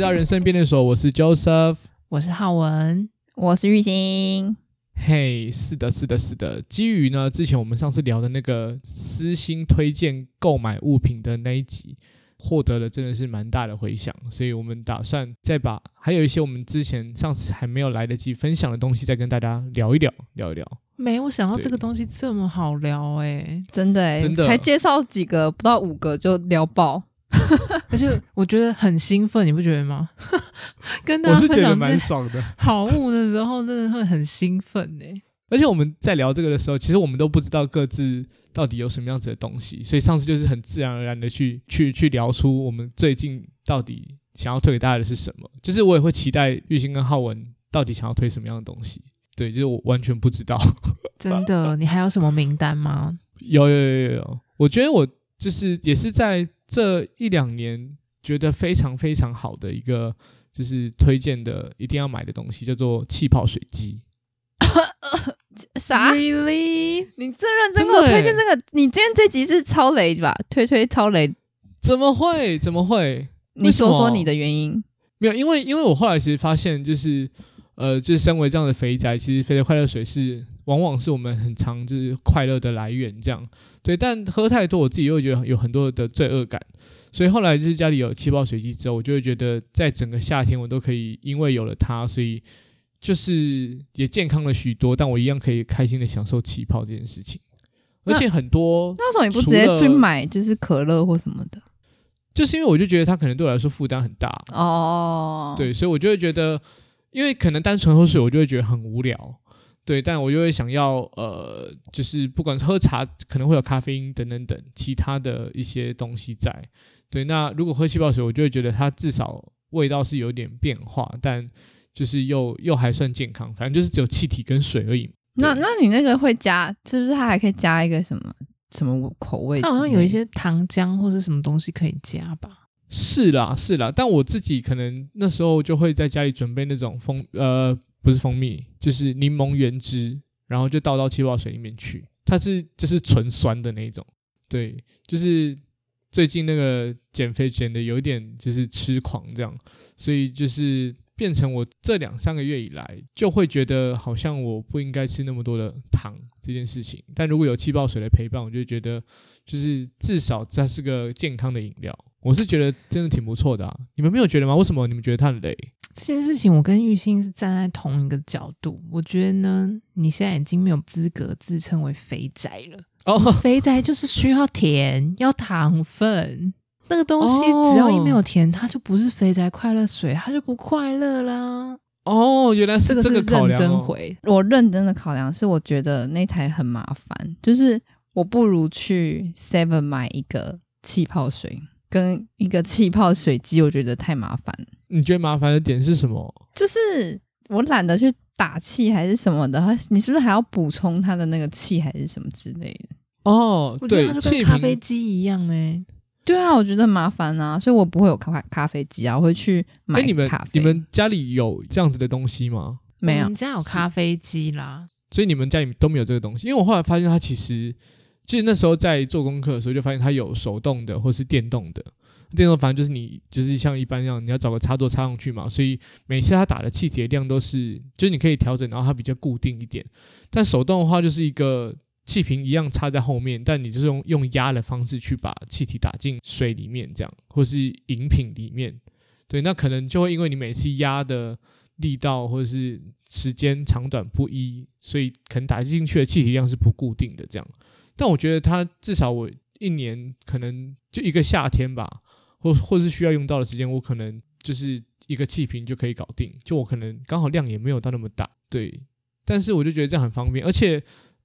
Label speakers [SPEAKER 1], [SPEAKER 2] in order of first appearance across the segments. [SPEAKER 1] 到人生便利所，我是 Joseph。
[SPEAKER 2] 我是浩文，
[SPEAKER 3] 我是玉兴，
[SPEAKER 1] 嘿、是的，是的，是的。基于呢，之前我们上次聊的那个私心推荐购买物品的那一集，获得了真的是蛮大的回响，所以我们打算再把还有一些我们之前上次还没有来得及分享的东西，再跟大家聊一聊，聊一聊。
[SPEAKER 2] 没有想到
[SPEAKER 1] 对
[SPEAKER 2] 这个东西这么好聊哎、
[SPEAKER 3] 真的哎、
[SPEAKER 1] 真的
[SPEAKER 3] 才介绍几个，不到五个就聊爆，
[SPEAKER 2] 而且我觉得很兴奋，你不觉 得吗？跟大
[SPEAKER 1] 我
[SPEAKER 2] 家
[SPEAKER 1] 是
[SPEAKER 2] 分
[SPEAKER 1] 觉得
[SPEAKER 2] 享
[SPEAKER 1] 蛮
[SPEAKER 2] 这
[SPEAKER 1] 爽的。
[SPEAKER 2] 好物的时候，真的会很兴奋哎、
[SPEAKER 1] 而且我们在聊这个的时候，其实我们都不知道各自到底有什么样子的东西，所以上次就是很自然而然的去去去聊出我们最近到底想要推给大家的是什么。就是我也会期待玉兴跟浩文到底想要推什么样的东西。对，就是我完全不知道。
[SPEAKER 2] 真的，你还有什么名单吗？
[SPEAKER 1] 有有有有有，我觉得我就是也是在这一两年觉得非常非常好的一个就是推荐的一定要买的东西，叫做气泡水机。
[SPEAKER 3] 啥？
[SPEAKER 2] ？Really？
[SPEAKER 3] 你这认真给我
[SPEAKER 2] 真的欸
[SPEAKER 3] 推荐这个？你今天这集是超雷吧？推推超雷，
[SPEAKER 1] 怎么会？怎么会？
[SPEAKER 3] 你说
[SPEAKER 1] 为什
[SPEAKER 3] 说
[SPEAKER 1] 么
[SPEAKER 3] 你的原因。
[SPEAKER 1] 没有，因为因为我后来其实发现，就是呃，就是身为这样的肥宅，其实肥宅快乐水是往往是我们很常就是快乐的来源，这样对。但喝太多，我自己又会觉得有很多的罪恶感，所以后来就是家里有气泡水机之后，我就会觉得在整个夏天我都可以因为有了它，所以就是也健康了许多，但我一样可以开心的享受气泡这件事情，而且很多
[SPEAKER 3] 那为什么你不直接去买就是可乐或什么的？
[SPEAKER 1] 就是因为我就觉得它可能对我来说负担很大，
[SPEAKER 3] 哦，，
[SPEAKER 1] 对，所以我就会觉得，因为可能单纯喝水，我就会觉得很无聊。对，但我就会想要呃，就是不管是喝茶，可能会有咖啡因等等等其他的一些东西在。对，那如果喝气泡水，我就会觉得它至少味道是有点变化，但就是又又还算健康，反正就是只有气体跟水而已。
[SPEAKER 3] 那
[SPEAKER 1] 对
[SPEAKER 3] 那你那个会加，是不是它还可以加一个什么什么口味之类的？
[SPEAKER 2] 它好像有一些糖浆或是什么东西可以加吧？
[SPEAKER 1] 是啦，是啦，但我自己可能那时候就会在家里准备那种蜂呃，不是蜂蜜，就是柠檬原汁，然后就倒到气泡水里面去。它是就是纯酸的那一种，对，就是最近那个减肥减的有一点就是痴狂这样，所以就是变成我这两三个月以来就会觉得好像我不应该吃那么多的糖这件事情，但如果有气泡水的陪伴，我就觉得就是至少它是个健康的饮料，我是觉得真的挺不错的啊。你们没有觉得吗？为什么你们觉得它很累？
[SPEAKER 2] 这件事情我跟玉兴是站在同一个角度，我觉得呢，你现在已经没有资格自称为肥宅了。
[SPEAKER 1] 哦，
[SPEAKER 2] 肥宅就是需要甜，要糖分。那个东西只要一没有甜，它就不是肥宅快乐水，它就不快乐啦。
[SPEAKER 1] 哦，原来是
[SPEAKER 2] 这个是
[SPEAKER 1] 个考
[SPEAKER 2] 认
[SPEAKER 1] 量、
[SPEAKER 2] 真
[SPEAKER 1] 哦。
[SPEAKER 2] 回，
[SPEAKER 3] 我认真的考量是，我觉得那台很麻烦，就是我不如去 Seven 买一个气泡水跟一个气泡水机，我觉得太麻烦了。
[SPEAKER 1] 你觉得麻烦的点是什么？
[SPEAKER 3] 就是我懒得去打气还是什么的，你是不是还要补充它的那个气还是什么之类的？
[SPEAKER 1] 哦，
[SPEAKER 2] 我觉得
[SPEAKER 1] 对
[SPEAKER 2] 它，就
[SPEAKER 1] 气
[SPEAKER 2] 跟咖啡
[SPEAKER 1] 瓶
[SPEAKER 2] 机一样呢、欸
[SPEAKER 3] 对啊，我觉得很麻烦啊，所以我不会有咖咖啡机啊，我会去买
[SPEAKER 1] 哎，你们
[SPEAKER 3] 咖啡。
[SPEAKER 1] 你们家里有这样子的东西吗？
[SPEAKER 3] 没
[SPEAKER 2] 我
[SPEAKER 3] 有
[SPEAKER 2] 们？家有咖啡机啦，
[SPEAKER 1] 所以你们家里都没有这个东西？因为我后来发现它其实，就是那时候在做功课的时候就发现它有手动的或是电动的。电动反正就是你就是像一般一样，你要找个插座插上去嘛，所以每次它打的气体的量都是，就是你可以调整，然后它比较固定一点。但手动的话就是一个气瓶一样插在后面，但你就是用用压的方式去把气体打进水里面，这样或是饮品里面。对，那可能就会因为你每次压的力道或者是时间长短不一，所以可能打进去的气体量是不固定的这样。但我觉得它至少我一年可能就一个夏天吧，或或是需要用到的时间，我可能就是一个气瓶就可以搞定。就我可能刚好量也没有到那么大，对。但是我就觉得这样很方便，而且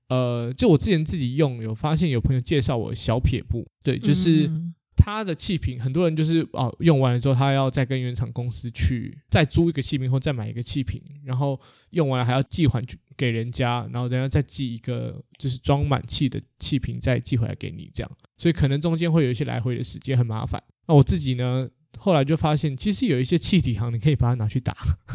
[SPEAKER 1] 呃，就我之前自己用，有发现有朋友介绍我小撇步，对，就是。
[SPEAKER 2] 嗯
[SPEAKER 1] 它的气瓶，很多人就是哦，用完了之后，他要再跟原厂公司去再租一个气瓶，或再买一个气瓶，然后用完了还要寄还去给人家，然后人家再寄一个就是装满气的气瓶，再寄回来给你这样。所以可能中间会有一些来回的时间，很麻烦。那我自己呢，后来就发现，其实有一些气体行，你可以把它拿去打。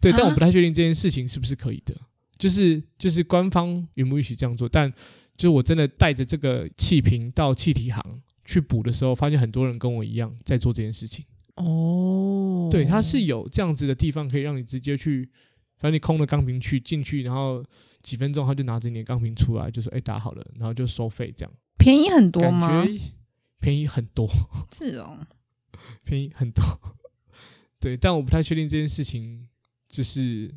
[SPEAKER 1] 对，但我不太确定这件事情是不是可以的，就是就是官方允不允许这样做。但就是我真的带着这个气瓶到气体行去补的时候，发现很多人跟我一样在做这件事情。
[SPEAKER 2] 哦，
[SPEAKER 1] 对，它是有这样子的地方可以让你直接去，反正你空的钢瓶去进去，然后几分钟他就拿着你的钢瓶出来，就说哎、打好了，然后就收费这样，
[SPEAKER 3] 便宜很多
[SPEAKER 1] 感
[SPEAKER 3] 吗？
[SPEAKER 1] 觉便宜很多，
[SPEAKER 3] 是哦，
[SPEAKER 1] 便宜很多。对，但我不太确定这件事情就是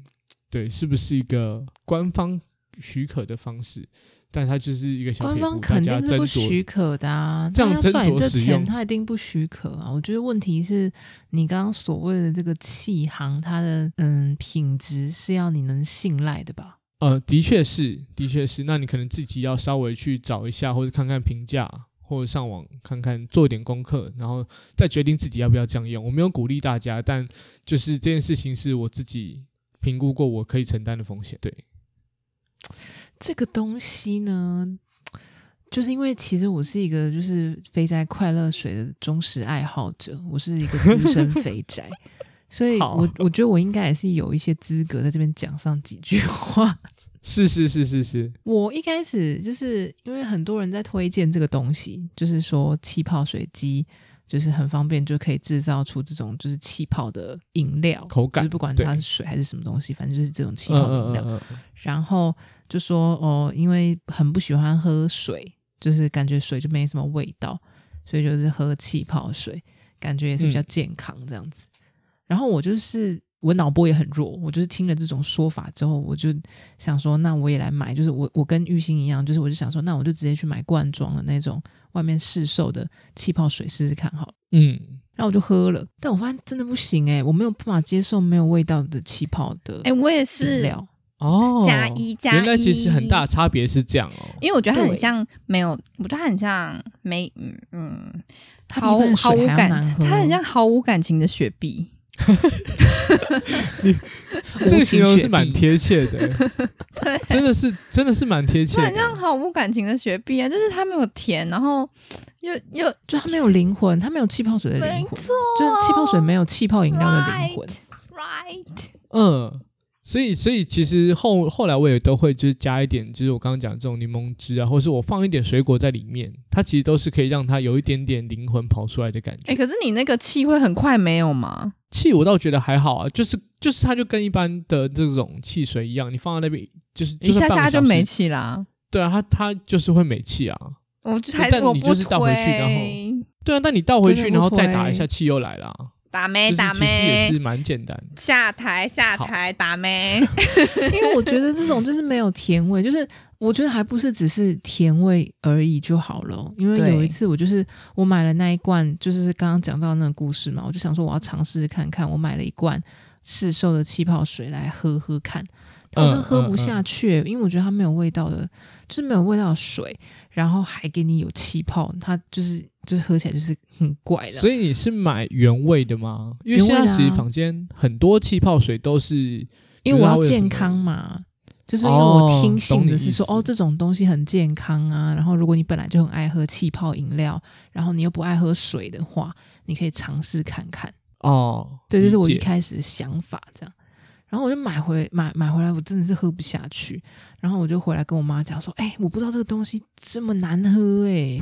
[SPEAKER 1] 对是不是一个官方许可的方式，但它就是一个小
[SPEAKER 2] 官
[SPEAKER 1] 撇步，
[SPEAKER 2] 方
[SPEAKER 1] 大
[SPEAKER 2] 肯
[SPEAKER 1] 家
[SPEAKER 2] 定是
[SPEAKER 1] 斟
[SPEAKER 2] 不
[SPEAKER 1] 酌
[SPEAKER 2] 许可的啊，
[SPEAKER 1] 这样
[SPEAKER 2] 他要赚你
[SPEAKER 1] 斟酌
[SPEAKER 2] 这
[SPEAKER 1] 使
[SPEAKER 2] 钱，
[SPEAKER 1] 用
[SPEAKER 2] 他一定不许可啊。我觉得问题是你刚刚所谓的这个气行，它的嗯品质是要你能信赖的吧？
[SPEAKER 1] 呃，的确是，的确是。那你可能自己要稍微去找一下，或者看看评价，或者上网看看，做一点功课，然后再决定自己要不要这样用。我没有鼓励大家，但就是这件事情是我自己评估过我可以承担的风险。对，
[SPEAKER 2] 这个东西呢，就是因为其实我是一个就是肥宅快乐水的忠实爱好者，我是一个资 深肥宅，所以
[SPEAKER 1] 好
[SPEAKER 2] 我我觉得我应该也是有一些资格在这边讲上几句话。
[SPEAKER 1] 是是是是是，
[SPEAKER 2] 我一开始就是因为很多人在推荐这个东西，就是说气泡水机就是很方便，就可以制造出这种就是气泡的饮料
[SPEAKER 1] 口感
[SPEAKER 2] 就是不管
[SPEAKER 1] 对
[SPEAKER 2] 它是水还是什么东西，反正就是这种气
[SPEAKER 1] 嗯
[SPEAKER 2] 泡的饮
[SPEAKER 1] 嗯
[SPEAKER 2] 料。
[SPEAKER 1] 嗯嗯，
[SPEAKER 2] 然后就说哦，因为很不喜欢喝水，就是感觉水就没什么味道，所以就是喝气泡水，感觉也是
[SPEAKER 1] 嗯
[SPEAKER 2] 比较健康这样子。然后我就是我脑波也很弱，我就是听了这种说法之后，我就想说，那我也来买，就是我我跟玉兴一样，就是我就想说，那我就直接去买罐装的那种外面市售的气泡水试试看好了。
[SPEAKER 1] 嗯，
[SPEAKER 2] 然后我就喝了，但我发现真的不行哎、我没有办法接受没有味道的气泡的
[SPEAKER 3] 哎、我也
[SPEAKER 2] 饮
[SPEAKER 3] 是，
[SPEAKER 2] 料。
[SPEAKER 1] 哦，
[SPEAKER 3] 加一加
[SPEAKER 1] 原来其实
[SPEAKER 3] 一
[SPEAKER 1] 很大差别是这样哦。
[SPEAKER 3] 因为我觉得它很
[SPEAKER 2] 对
[SPEAKER 3] 像没有，我觉得它很像没，嗯嗯，
[SPEAKER 2] 它比
[SPEAKER 3] 毫
[SPEAKER 2] 一般的
[SPEAKER 3] 毫
[SPEAKER 2] 水
[SPEAKER 3] 无
[SPEAKER 2] 还要
[SPEAKER 3] 感
[SPEAKER 2] 难，喝
[SPEAKER 3] 它很像毫无感情的雪碧。
[SPEAKER 1] 这个形容
[SPEAKER 2] 无情雪
[SPEAKER 1] 是
[SPEAKER 2] 碧
[SPEAKER 1] 蛮贴切 的，真的是真的是蛮贴切
[SPEAKER 3] 它很像
[SPEAKER 1] 的。
[SPEAKER 3] 毫无感情的雪碧啊，就是它没有甜，然后又又
[SPEAKER 2] 就它没有灵魂，它没有气泡水的灵魂，就是气泡水没有气泡饮料的灵魂。
[SPEAKER 3] ，right？
[SPEAKER 1] 嗯，所以所以其实后后来我也都会就是加一点，就是我刚刚讲的这种柠檬汁啊，或是我放一点水果在里面，它其实都是可以让它有一点点灵魂跑出来的感
[SPEAKER 3] 哎、
[SPEAKER 1] 觉。
[SPEAKER 3] 可是你那个气会很快没有吗？
[SPEAKER 1] 气我倒觉得还好啊，就是就是它就跟一般的这种汽水一样，你放在那边就是
[SPEAKER 3] 一下下就。
[SPEAKER 1] 算半个
[SPEAKER 3] 没
[SPEAKER 1] 小时
[SPEAKER 3] 气啦。
[SPEAKER 1] 对啊，它它就是会没气啊。
[SPEAKER 3] 我就还
[SPEAKER 1] 但
[SPEAKER 3] 我
[SPEAKER 1] 你
[SPEAKER 3] 不
[SPEAKER 1] 就是倒回去然后
[SPEAKER 3] 推
[SPEAKER 1] 对啊，但你倒回去
[SPEAKER 2] 真
[SPEAKER 1] 然
[SPEAKER 2] 的不
[SPEAKER 1] 后
[SPEAKER 2] 推
[SPEAKER 1] 再打一下气又来啦，
[SPEAKER 3] 打
[SPEAKER 1] 就
[SPEAKER 3] 咩
[SPEAKER 1] 是
[SPEAKER 3] 打
[SPEAKER 1] 其实也
[SPEAKER 3] 咩
[SPEAKER 1] 是，蛮简单。
[SPEAKER 3] 下台下台 打咩，
[SPEAKER 2] 因为我觉得这种就是没有甜味，就是我觉得还不是只是甜味而已就好了哦。因为
[SPEAKER 3] 对
[SPEAKER 2] 有一次我就是我买了那一罐，就是刚刚讲到那个故事嘛，我就想说我要尝试看看，我买了一罐市售的气泡水来喝喝看，但我真的喝不下去，因为我觉得它没有味道的，就是没有味道的水，然后还给你有气泡，它就是就是喝起来就是很怪的。
[SPEAKER 1] 所以你是买原味的吗？因为
[SPEAKER 2] 原
[SPEAKER 1] 现在
[SPEAKER 2] 味的啊
[SPEAKER 1] 其实坊间很多气泡水都是
[SPEAKER 2] 因为我要健康嘛，就是因为我听信的是说，
[SPEAKER 1] 哦哦懂你意思
[SPEAKER 2] 哦，这种东西很健康啊。然后，如果你本来就很爱喝气泡饮料，然后你又不爱喝水的话，你可以尝试看看。
[SPEAKER 1] 哦，
[SPEAKER 2] 对，这是我
[SPEAKER 1] 理
[SPEAKER 2] 一
[SPEAKER 1] 解
[SPEAKER 2] 开始的想法，这样。然后我就买回买买回来，我真的是喝不下去。然后我就回来跟我妈讲说：“哎、我不知道这个东西这么难喝哎、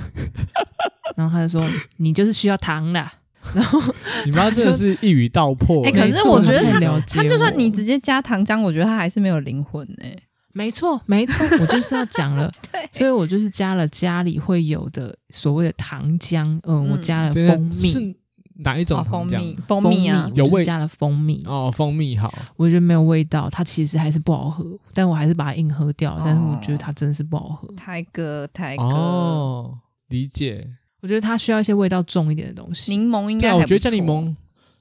[SPEAKER 2] 然后她就说：“你就是需要糖啦。”然后
[SPEAKER 1] 你妈真的是一语道破。欸
[SPEAKER 3] 哎可是我觉得
[SPEAKER 2] 她
[SPEAKER 1] 她
[SPEAKER 3] 它就算你直接加糖浆，我觉得它还是没有灵魂呢、
[SPEAKER 2] 没错，没错，我就是要讲了。
[SPEAKER 3] 对
[SPEAKER 2] 所以我就是加了家里会有的所谓的糖浆，嗯，
[SPEAKER 3] 嗯
[SPEAKER 2] 我加了
[SPEAKER 1] 对
[SPEAKER 2] 蜂蜜，
[SPEAKER 1] 是哪一种
[SPEAKER 3] 哦，蜂
[SPEAKER 1] 糖
[SPEAKER 3] 蜜
[SPEAKER 1] 浆？，
[SPEAKER 3] 蜂
[SPEAKER 2] 蜂
[SPEAKER 3] 蜜啊
[SPEAKER 2] 我，
[SPEAKER 1] 有
[SPEAKER 2] 就是
[SPEAKER 1] 味
[SPEAKER 2] 加了蜂蜜，
[SPEAKER 1] 哦，蜂蜜好，
[SPEAKER 2] 我觉得没有味道，它其实还是不好喝，但我还是把它硬喝掉了。但是我
[SPEAKER 3] 哦
[SPEAKER 2] 觉得它真的是不好喝，
[SPEAKER 3] 台哥，台哥，
[SPEAKER 1] 哦，理解。
[SPEAKER 2] 我觉得它需要一些味道重一点的东西，
[SPEAKER 3] 柠檬应
[SPEAKER 1] 对
[SPEAKER 3] 该
[SPEAKER 1] 啊，
[SPEAKER 3] 还不错，
[SPEAKER 1] 我觉得加柠檬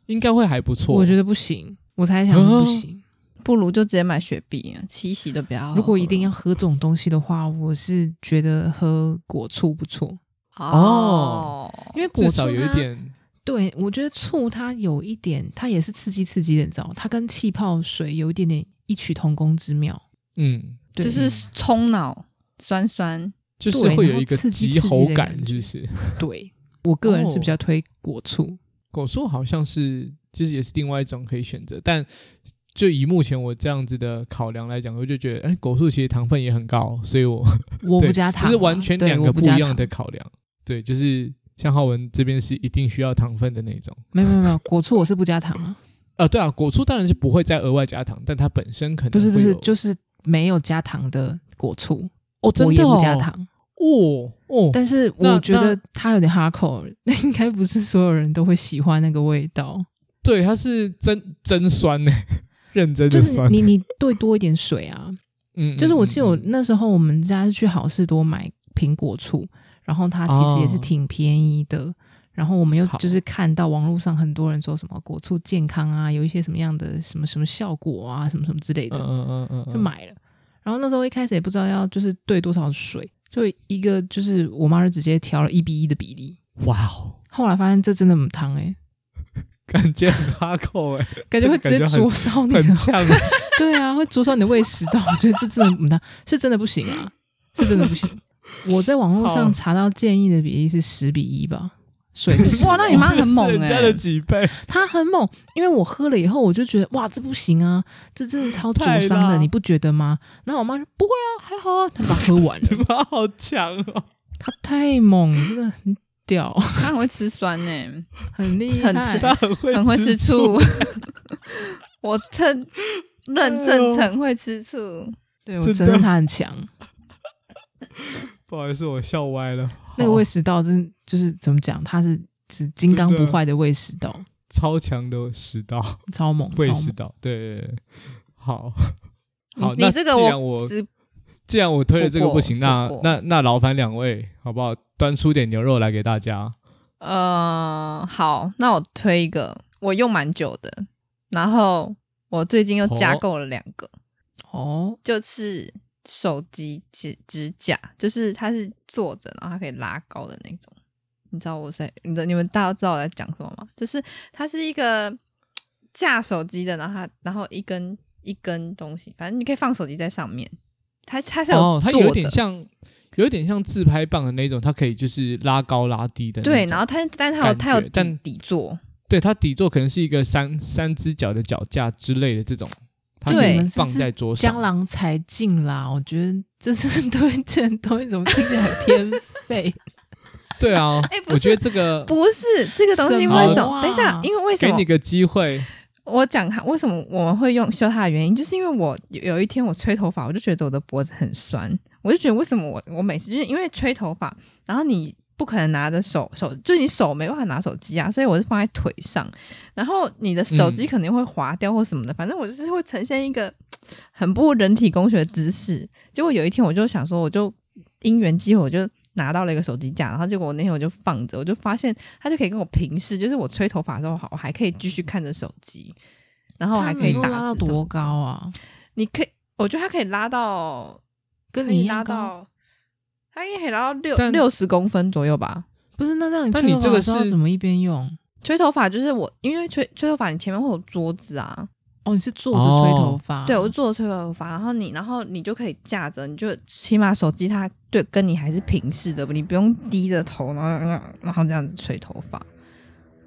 [SPEAKER 1] 应该会还不错。
[SPEAKER 2] 我觉得不行，我才想
[SPEAKER 1] 啊
[SPEAKER 2] 说不行。
[SPEAKER 3] 不如就直接买雪碧啊，七喜都不要。
[SPEAKER 2] 如果一定要喝这种东西的话，我是觉得喝果醋不错，
[SPEAKER 1] 哦
[SPEAKER 3] 哦，
[SPEAKER 2] 因为果
[SPEAKER 1] 至
[SPEAKER 2] 醋
[SPEAKER 1] 少有一
[SPEAKER 2] 它
[SPEAKER 1] 点
[SPEAKER 2] 对，我觉得醋它有一点，它也是刺激刺激的，你知道，它跟气泡水有一点点异曲同工之妙。
[SPEAKER 1] 嗯，
[SPEAKER 2] 对
[SPEAKER 3] 就是冲脑 酸酸，
[SPEAKER 1] 就是
[SPEAKER 2] 对
[SPEAKER 1] 会有
[SPEAKER 2] 然后
[SPEAKER 1] 一个
[SPEAKER 2] 刺激
[SPEAKER 1] 急
[SPEAKER 2] 刺激
[SPEAKER 1] 喉
[SPEAKER 2] 的
[SPEAKER 1] 感，
[SPEAKER 2] 感
[SPEAKER 1] 就
[SPEAKER 2] 觉
[SPEAKER 1] 是。
[SPEAKER 2] 对我个人是
[SPEAKER 1] 哦
[SPEAKER 2] 比较推果醋。
[SPEAKER 1] 果蔬好像是，就是也是另外一种可以选择，但就以目前我这样子的考量来讲，我就觉得，哎、果蔬其实糖分也很高，所以我
[SPEAKER 2] 我
[SPEAKER 1] 对
[SPEAKER 2] 不加糖啊，
[SPEAKER 1] 就是完全
[SPEAKER 2] 对
[SPEAKER 1] 两
[SPEAKER 2] 我
[SPEAKER 1] 个
[SPEAKER 2] 不
[SPEAKER 1] 不
[SPEAKER 2] 加
[SPEAKER 1] 一样
[SPEAKER 2] 糖
[SPEAKER 1] 的考量。对，就是像浩文这边是一定需要糖分的那种。
[SPEAKER 2] 没有没有没有，果醋我是不加糖 啊，
[SPEAKER 1] 啊，对啊，果醋当然是不会再额外加糖，但它本身可能
[SPEAKER 2] 不是不
[SPEAKER 1] 会
[SPEAKER 2] 是，
[SPEAKER 1] 有
[SPEAKER 2] 就是没有加糖的果醋，
[SPEAKER 1] 哦，真
[SPEAKER 2] 我也
[SPEAKER 1] 的
[SPEAKER 2] 不
[SPEAKER 1] 哦，
[SPEAKER 2] 加糖。
[SPEAKER 1] 哦哦，
[SPEAKER 2] 但是
[SPEAKER 1] 那
[SPEAKER 2] 我觉得它有点哈口， 应该不是所有人都会喜欢那个味道。
[SPEAKER 1] 对，它是真真酸呢， 认真
[SPEAKER 2] 就
[SPEAKER 1] 的
[SPEAKER 2] 是
[SPEAKER 1] 酸。
[SPEAKER 2] 你你兑多一点水啊，
[SPEAKER 1] 嗯，嗯
[SPEAKER 2] 就是我记得我
[SPEAKER 1] 嗯嗯
[SPEAKER 2] 那时候我们家是去好事多买苹果醋，然后它其实也是挺便宜的。然后我们又
[SPEAKER 1] 哦好
[SPEAKER 2] 就是看到网络上很多人说什么果醋健康啊，有一些什么样的什么什么效果啊，什么什么之类的，
[SPEAKER 1] 嗯嗯嗯嗯，
[SPEAKER 2] 就买了。然后那时候一开始也不知道要就是兑多少水，就一个就是我妈就直接调了一比一的比例。
[SPEAKER 1] 嗯。哇哦，
[SPEAKER 2] 后来发现这真的很烫哎、
[SPEAKER 1] 感觉很哈扣哎，
[SPEAKER 2] 感觉会直接灼烧 你的
[SPEAKER 1] 很， 呛。
[SPEAKER 2] 对啊，会灼烧你的胃食道。 我觉得这真的不大，是真的不行啊，是真的不行。我在网络
[SPEAKER 1] 好
[SPEAKER 2] 上查到建议的比例是十比一吧，水是十。哦
[SPEAKER 3] 哇，那你妈很猛
[SPEAKER 1] 哦这是
[SPEAKER 3] 哎、
[SPEAKER 2] 欸
[SPEAKER 1] 人家的几倍，
[SPEAKER 2] 它很猛，因为我喝了以后，我就觉得哇，这不行啊，这真的超灼伤
[SPEAKER 1] 太辣
[SPEAKER 2] 的，你不觉得吗？然后我妈说不会啊，还好啊，她把它喝完了
[SPEAKER 1] 你，妈好强哦！
[SPEAKER 2] 她太猛，真的很屌，
[SPEAKER 3] 她很会吃酸呢、
[SPEAKER 2] 很厉害，
[SPEAKER 3] 很吃
[SPEAKER 1] 他很会
[SPEAKER 3] 很会吃
[SPEAKER 1] 醋，
[SPEAKER 3] 醋。 我称认证成会吃醋，
[SPEAKER 2] 对
[SPEAKER 1] 真的
[SPEAKER 2] 我承认她很强。
[SPEAKER 1] 不好意思，我笑歪了。
[SPEAKER 2] 那个
[SPEAKER 1] 好
[SPEAKER 2] 胃食道真就是怎么讲，它是是金刚不坏的胃食道，
[SPEAKER 1] 超强的食道，
[SPEAKER 2] 超猛，
[SPEAKER 1] 胃
[SPEAKER 2] 超
[SPEAKER 1] 食
[SPEAKER 2] 猛。
[SPEAKER 1] 道，对对对，好。
[SPEAKER 3] 你
[SPEAKER 1] 好，那
[SPEAKER 3] 你这个
[SPEAKER 1] 既然
[SPEAKER 3] 我
[SPEAKER 1] 我
[SPEAKER 3] 只
[SPEAKER 1] 既然我推了这个
[SPEAKER 3] 不过
[SPEAKER 1] 不行，那
[SPEAKER 3] 不过
[SPEAKER 1] 那那劳烦两位好不好？端出点牛肉来给大家。
[SPEAKER 3] 呃好，那我推一个，我用蛮久的，然后我最近又加
[SPEAKER 1] 哦
[SPEAKER 3] 购了两个，
[SPEAKER 2] 哦，
[SPEAKER 3] 就是手机指指甲，就是它是坐着，然后它可以拉高的那种。你知道我在，你的你们大家知道我在讲什么吗？就是它是一个嘖架手机的，然后它然后一根一根东西，反正你可以放手机在上面。它它是有
[SPEAKER 1] 哦，它
[SPEAKER 3] 坐
[SPEAKER 1] 有
[SPEAKER 3] 的
[SPEAKER 1] 点像，有点像自拍棒的那种，它可以就是拉高拉低的那种。
[SPEAKER 3] 对，然后它但是它有
[SPEAKER 1] 感觉
[SPEAKER 3] 它有底
[SPEAKER 1] 但
[SPEAKER 3] 底座，
[SPEAKER 1] 对它底座可能是一个三三只脚的脚架之类的这种，它可
[SPEAKER 3] 对
[SPEAKER 1] 以
[SPEAKER 2] 你们是不
[SPEAKER 1] 放
[SPEAKER 2] 是
[SPEAKER 1] 在桌
[SPEAKER 2] 江
[SPEAKER 1] 上。
[SPEAKER 2] 郎才尽啦！我觉得这是推荐的东西，怎么听起来很偏废？
[SPEAKER 1] 对啊
[SPEAKER 3] 哎，不是
[SPEAKER 1] 我觉得这个
[SPEAKER 3] 不是这个东西
[SPEAKER 2] 什
[SPEAKER 1] 么
[SPEAKER 3] 为什么？
[SPEAKER 2] 啊
[SPEAKER 3] 等一下，因为为什
[SPEAKER 1] 给
[SPEAKER 3] 么
[SPEAKER 1] 你个机会，
[SPEAKER 3] 我讲它为什么我们会用修它的原因，就是因为我有有一天我吹头发，我就觉得我的脖子很酸，我就觉得为什么我我每次就是因为吹头发，然后你不可能拿着手手，就是你手没办法拿手机啊，所以我是放在腿上，然后你的手机
[SPEAKER 1] 嗯
[SPEAKER 3] 肯定会滑掉或什么的，反正我就是会呈现一个很不人体工学的姿势。结果有一天我就想说，我就因缘机会，我就拿到了一个手机架，然后结果我那天我就放着，我就发现它就可以跟我平视，就是我吹头发的时候，好，我还可以继续看着手机，然后我还可以
[SPEAKER 2] 它能
[SPEAKER 3] 打
[SPEAKER 2] 够拉到
[SPEAKER 3] 字什么
[SPEAKER 2] 多高啊？
[SPEAKER 3] 你可以，我觉得它可以拉到，
[SPEAKER 2] 跟
[SPEAKER 3] 可
[SPEAKER 2] 你
[SPEAKER 3] 以
[SPEAKER 2] 一样
[SPEAKER 3] 拉
[SPEAKER 2] 高？
[SPEAKER 3] 到，它应该可以拉到六
[SPEAKER 1] 但
[SPEAKER 3] 六十公分左右吧。
[SPEAKER 2] 不是，那让你
[SPEAKER 1] 但
[SPEAKER 2] 吹
[SPEAKER 1] 你
[SPEAKER 2] 头
[SPEAKER 1] 这
[SPEAKER 2] 发哦
[SPEAKER 1] 个
[SPEAKER 2] 的时候
[SPEAKER 1] 是
[SPEAKER 2] 怎么一边用？
[SPEAKER 3] 吹头发就是我，因为吹吹头发，你前面会有桌子啊，
[SPEAKER 2] 哦，你是坐着吹头发？哎
[SPEAKER 3] 对我坐着吹头发，然后你，然后你就可以架着，你就起码手机它对跟你还是平视的，你不用低着头，然后然后这样子吹头发。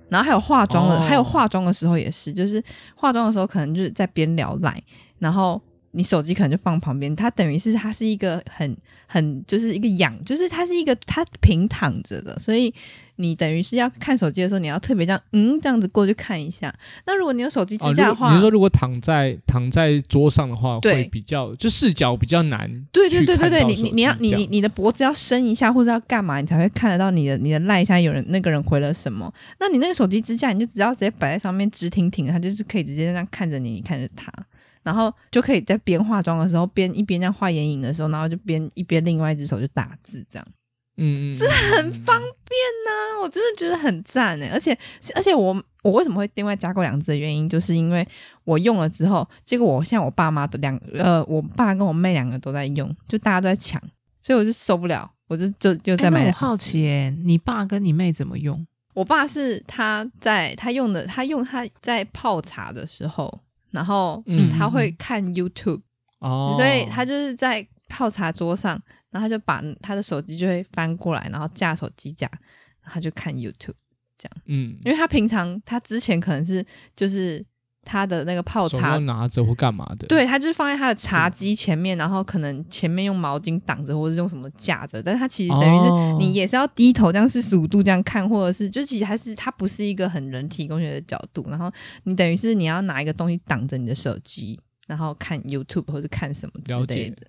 [SPEAKER 3] 然后还有化妆的，
[SPEAKER 1] 哦
[SPEAKER 3] 还有化妆的时候也是，就是化妆的时候可能就是在边聊赖，然后你手机可能就放旁边，它等于是它是一个很很就是一个仰，就是它是一个它平躺着的，所以你等于是要看手机的时候，你要特别这样嗯这样子过去看一下。那如果你有手机
[SPEAKER 1] 哦，
[SPEAKER 3] 支
[SPEAKER 1] 如
[SPEAKER 3] 架
[SPEAKER 1] 果
[SPEAKER 3] 的话，
[SPEAKER 1] 你是说如果躺在躺在桌上的话，
[SPEAKER 3] 对
[SPEAKER 1] 会比较就视角比较难。
[SPEAKER 3] 对对对对对，
[SPEAKER 1] 去看到
[SPEAKER 3] 你
[SPEAKER 1] 手
[SPEAKER 3] 你
[SPEAKER 1] 机
[SPEAKER 3] 你要你
[SPEAKER 1] 这
[SPEAKER 3] 你
[SPEAKER 1] 样
[SPEAKER 3] 你的脖子要伸一下，或者要干嘛，你才会看得到你的你的赖下有人那个人回了什么。那你那个手机支架，你就只要直接摆在上面直挺挺的，它就是可以直接这样看着你，你看着它，然后就可以在边化妆的时候边一边这样画眼影的时候，然后就边一边另外一只手就打字这样。
[SPEAKER 1] 嗯，这很
[SPEAKER 3] 方啊，我真的觉得很赞哎！而且而且我我为什么会另外加购两只的原因，就是因为我用了之后，结果我现在我爸妈都两呃，我爸跟我妹两个都在用，就大家都在抢，所以我就受不了，我就就就
[SPEAKER 2] 哎，
[SPEAKER 3] 在买、
[SPEAKER 2] 那我好，奇耶，你爸跟你妹怎么用？
[SPEAKER 3] 我爸是他在他用的，他用他在泡茶的时候，然后
[SPEAKER 1] 嗯
[SPEAKER 3] 他会看 YouTube，、
[SPEAKER 1] 哦，
[SPEAKER 3] 所以他就是在泡茶桌上，然后他就把他的手机就会翻过来，然后架手机架，然后他就看 YouTube。
[SPEAKER 1] 嗯
[SPEAKER 3] 因为他平常他之前可能是就是他的那个泡
[SPEAKER 1] 手
[SPEAKER 3] 茶
[SPEAKER 1] 要拿着或干嘛的。，
[SPEAKER 3] 对，它就是放在它的茶几前面，然后可能前面用毛巾挡着，或者是用什么架着，但它其实等于是
[SPEAKER 1] 哦
[SPEAKER 3] 你也是要低头这样四十五度这样看，或者是就其实它是它不是一个很人体工学的角度，然后你等于是你要拿一个东西挡着你的手机，然后看 YouTube 或者看什么之
[SPEAKER 1] 了
[SPEAKER 3] 类
[SPEAKER 1] 解
[SPEAKER 3] 的。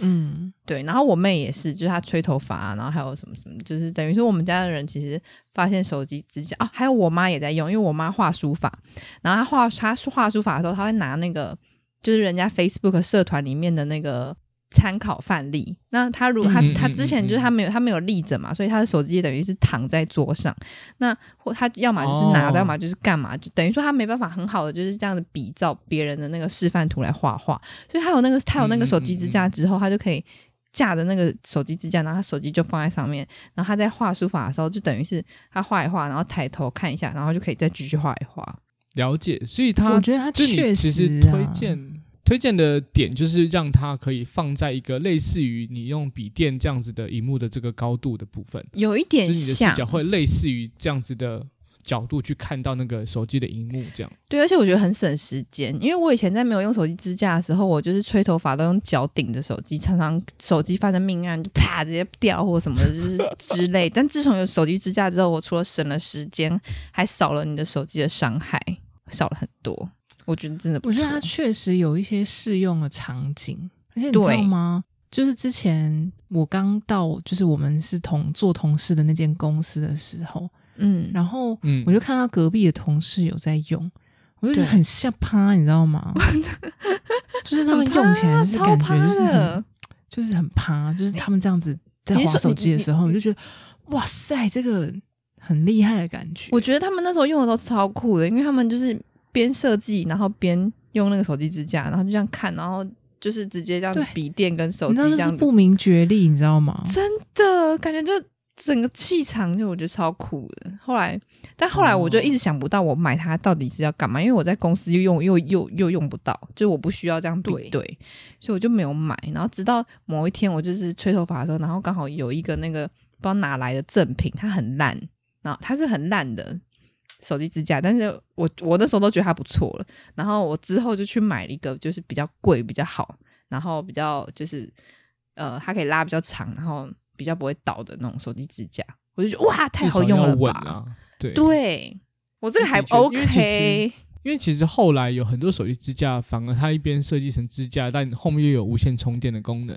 [SPEAKER 2] 嗯，
[SPEAKER 3] 对，然后我妹也是，就是她吹头发、啊，然后还有什么什么，就是等于说我们家的人其实发现手机指甲哦，还有我妈也在用，因为我妈画书法，然后她画她画书法的时候，她会拿那个就是人家 Facebook 社团里面的那个参考范例。那她如果她
[SPEAKER 1] 嗯嗯
[SPEAKER 3] 她
[SPEAKER 1] 嗯
[SPEAKER 3] 之前就是
[SPEAKER 1] 嗯嗯
[SPEAKER 3] 她没有她没有立着嘛，所以她的手机等于是躺在桌上，那或她要么就是拿着，
[SPEAKER 1] 哦
[SPEAKER 3] 要么就是干嘛，就等于说她没办法很好的就是这样子比照别人的那个示范图来画画，所以她有那个她有那个手机支
[SPEAKER 1] 嗯
[SPEAKER 3] 架之后，她就可以。架着那个手机支架，然后她手机就放在上面，然后她在画书法的时候，就等于是她画一画，然后抬头看一下，然后就可以再继续画一画。
[SPEAKER 1] 了解。所以
[SPEAKER 2] 我
[SPEAKER 1] 他
[SPEAKER 2] 觉得它
[SPEAKER 1] 就
[SPEAKER 2] 确
[SPEAKER 1] 你其
[SPEAKER 2] 实
[SPEAKER 1] 实
[SPEAKER 2] 啊
[SPEAKER 1] 推荐推荐的点就是让它可以放在一个类似于你用笔电这样子的荧幕的这个高度的部分，
[SPEAKER 3] 有一
[SPEAKER 1] 就
[SPEAKER 3] 点
[SPEAKER 1] 是你的视
[SPEAKER 3] 像，
[SPEAKER 1] 角会类似于这样子的角度去看到那个手机的荧幕这样。
[SPEAKER 3] 对，而且我觉得很省时间，因为我以前在没有用手机支架的时候，我就是吹头发都用脚顶着手机，常常手机发生命案就啪直接掉或什么的，就是之类。但自从有手机支架之后，我除了省了时间，还少了你的手机的伤害，少了很多。我觉得真的不
[SPEAKER 2] 我觉
[SPEAKER 3] 错
[SPEAKER 2] 得。它确实有一些适用的场景，而且你知
[SPEAKER 3] 对
[SPEAKER 2] 道吗？就是之前我刚到，就是我们是同做同事的那间公司的时候，
[SPEAKER 3] 嗯，
[SPEAKER 2] 然后
[SPEAKER 1] 嗯
[SPEAKER 2] 我就看到隔壁的同事有在用，我就觉得
[SPEAKER 3] 对
[SPEAKER 2] 很吓趴，你知道吗？就是他们用起来就是
[SPEAKER 3] 很
[SPEAKER 2] 感
[SPEAKER 3] 怕
[SPEAKER 2] 觉就是
[SPEAKER 3] 超怕
[SPEAKER 2] 很
[SPEAKER 3] 的
[SPEAKER 2] 就是很趴，就是他们这样子在
[SPEAKER 3] 你是
[SPEAKER 2] 划
[SPEAKER 3] 说
[SPEAKER 2] 手
[SPEAKER 3] 你
[SPEAKER 2] 机的
[SPEAKER 3] 你
[SPEAKER 2] 时候，我就觉得哇塞，这个很厉害的感觉。
[SPEAKER 3] 我觉得他们那时候用的都超酷的，因为他们就是边设计，然后边用那个手机支架，然后就这样看，然后就是直接这样
[SPEAKER 2] 对
[SPEAKER 3] 笔电跟手
[SPEAKER 2] 你知
[SPEAKER 3] 机
[SPEAKER 2] 道
[SPEAKER 3] 这
[SPEAKER 2] 就是
[SPEAKER 3] 样子
[SPEAKER 2] 不明觉厉，你知道吗？
[SPEAKER 3] 真的感觉就整个气场就我觉得超酷的。后来，但后来我就一直想不到我买它到底是要干嘛，因为我在公司又用又又又用不到，就我不需要这样比
[SPEAKER 2] 对
[SPEAKER 3] 对，所以我就没有买。然后直到某一天，我就是吹头发的时候，然后刚好有一个那个不知道哪来的赠品，它很烂，然后它是很烂的。手机支架，但是我我那时候都觉得它不错了，然后我之后就去买了一个，就是比较贵、比较好，然后比较就是呃，它可以拉比较长，然后比较不会倒的那种手机支架，我就觉得哇，太
[SPEAKER 1] 至
[SPEAKER 3] 好
[SPEAKER 1] 少
[SPEAKER 3] 用
[SPEAKER 1] 要
[SPEAKER 3] 了
[SPEAKER 1] 稳
[SPEAKER 3] 吧？
[SPEAKER 1] 啊，对。
[SPEAKER 3] 对我这个还
[SPEAKER 1] 的确因为其实
[SPEAKER 3] OK，
[SPEAKER 1] 因为其实后来有很多手机支架，反而它一边设计成支架，但后面又有无线充电的功能，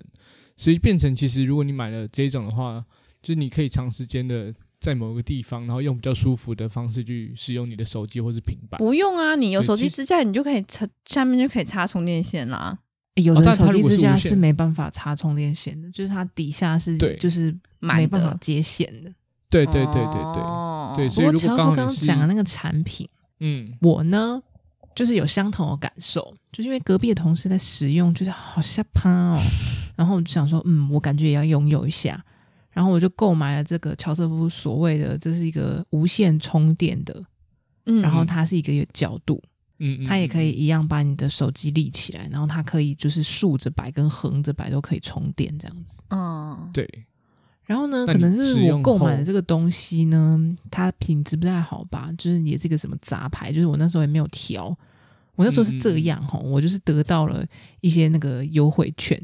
[SPEAKER 1] 所以变成其实如果你买了这种的话，就是你可以长时间的在某个地方，然后用比较舒服的方式去使用你的手机或是平板。
[SPEAKER 2] 哦
[SPEAKER 3] 不用啊，你有
[SPEAKER 1] 对
[SPEAKER 3] 手机
[SPEAKER 1] 其实
[SPEAKER 3] 支架，你就可以插下面就可以插充电线啦。
[SPEAKER 2] 欸有
[SPEAKER 1] 哦
[SPEAKER 2] 的
[SPEAKER 1] 但它
[SPEAKER 2] 手
[SPEAKER 1] 如
[SPEAKER 2] 机
[SPEAKER 1] 果
[SPEAKER 2] 支
[SPEAKER 1] 是
[SPEAKER 2] 架
[SPEAKER 1] 无
[SPEAKER 2] 是
[SPEAKER 1] 线
[SPEAKER 2] 没办法插充电线的，就是它底下是
[SPEAKER 1] 对
[SPEAKER 2] 就是没
[SPEAKER 3] 满
[SPEAKER 2] 办法
[SPEAKER 3] 的，
[SPEAKER 2] 接线的。
[SPEAKER 1] 对对对对对、
[SPEAKER 3] 哦
[SPEAKER 1] 对
[SPEAKER 2] 不
[SPEAKER 1] 所以
[SPEAKER 2] 过
[SPEAKER 1] 如果
[SPEAKER 2] 乔
[SPEAKER 1] 刚
[SPEAKER 2] 哥
[SPEAKER 1] 好
[SPEAKER 2] 刚刚
[SPEAKER 1] 你是
[SPEAKER 2] 讲的那个产品，
[SPEAKER 1] 嗯，
[SPEAKER 2] 我呢就是有相同的感受，就是因为隔壁的同事在使用，就是好吓趴哦，然后我就想说，嗯，我感觉也要拥有一下，然后我就购买了这个乔瑟夫所谓的，这是一个无线充电的，
[SPEAKER 3] 嗯，
[SPEAKER 2] 然后它是一个有角度，
[SPEAKER 1] 嗯嗯，
[SPEAKER 2] 它也可以
[SPEAKER 1] 嗯，
[SPEAKER 2] 一样把你的手机立起来，然后它可以就是竖着摆跟横着摆都可以充电这样子。
[SPEAKER 3] 嗯，
[SPEAKER 1] 对，
[SPEAKER 2] 然后呢，
[SPEAKER 1] 那
[SPEAKER 2] 可
[SPEAKER 1] 你
[SPEAKER 2] 能是
[SPEAKER 1] 使
[SPEAKER 2] 我
[SPEAKER 1] 用
[SPEAKER 2] 购买
[SPEAKER 1] 后
[SPEAKER 2] 的这个东西呢，它品质不太好吧，就是也是一个什么杂牌，就是我那时候也没有挑，我那时候是这样
[SPEAKER 1] 嗯
[SPEAKER 2] 哈、我就是得到了一些那个优惠券，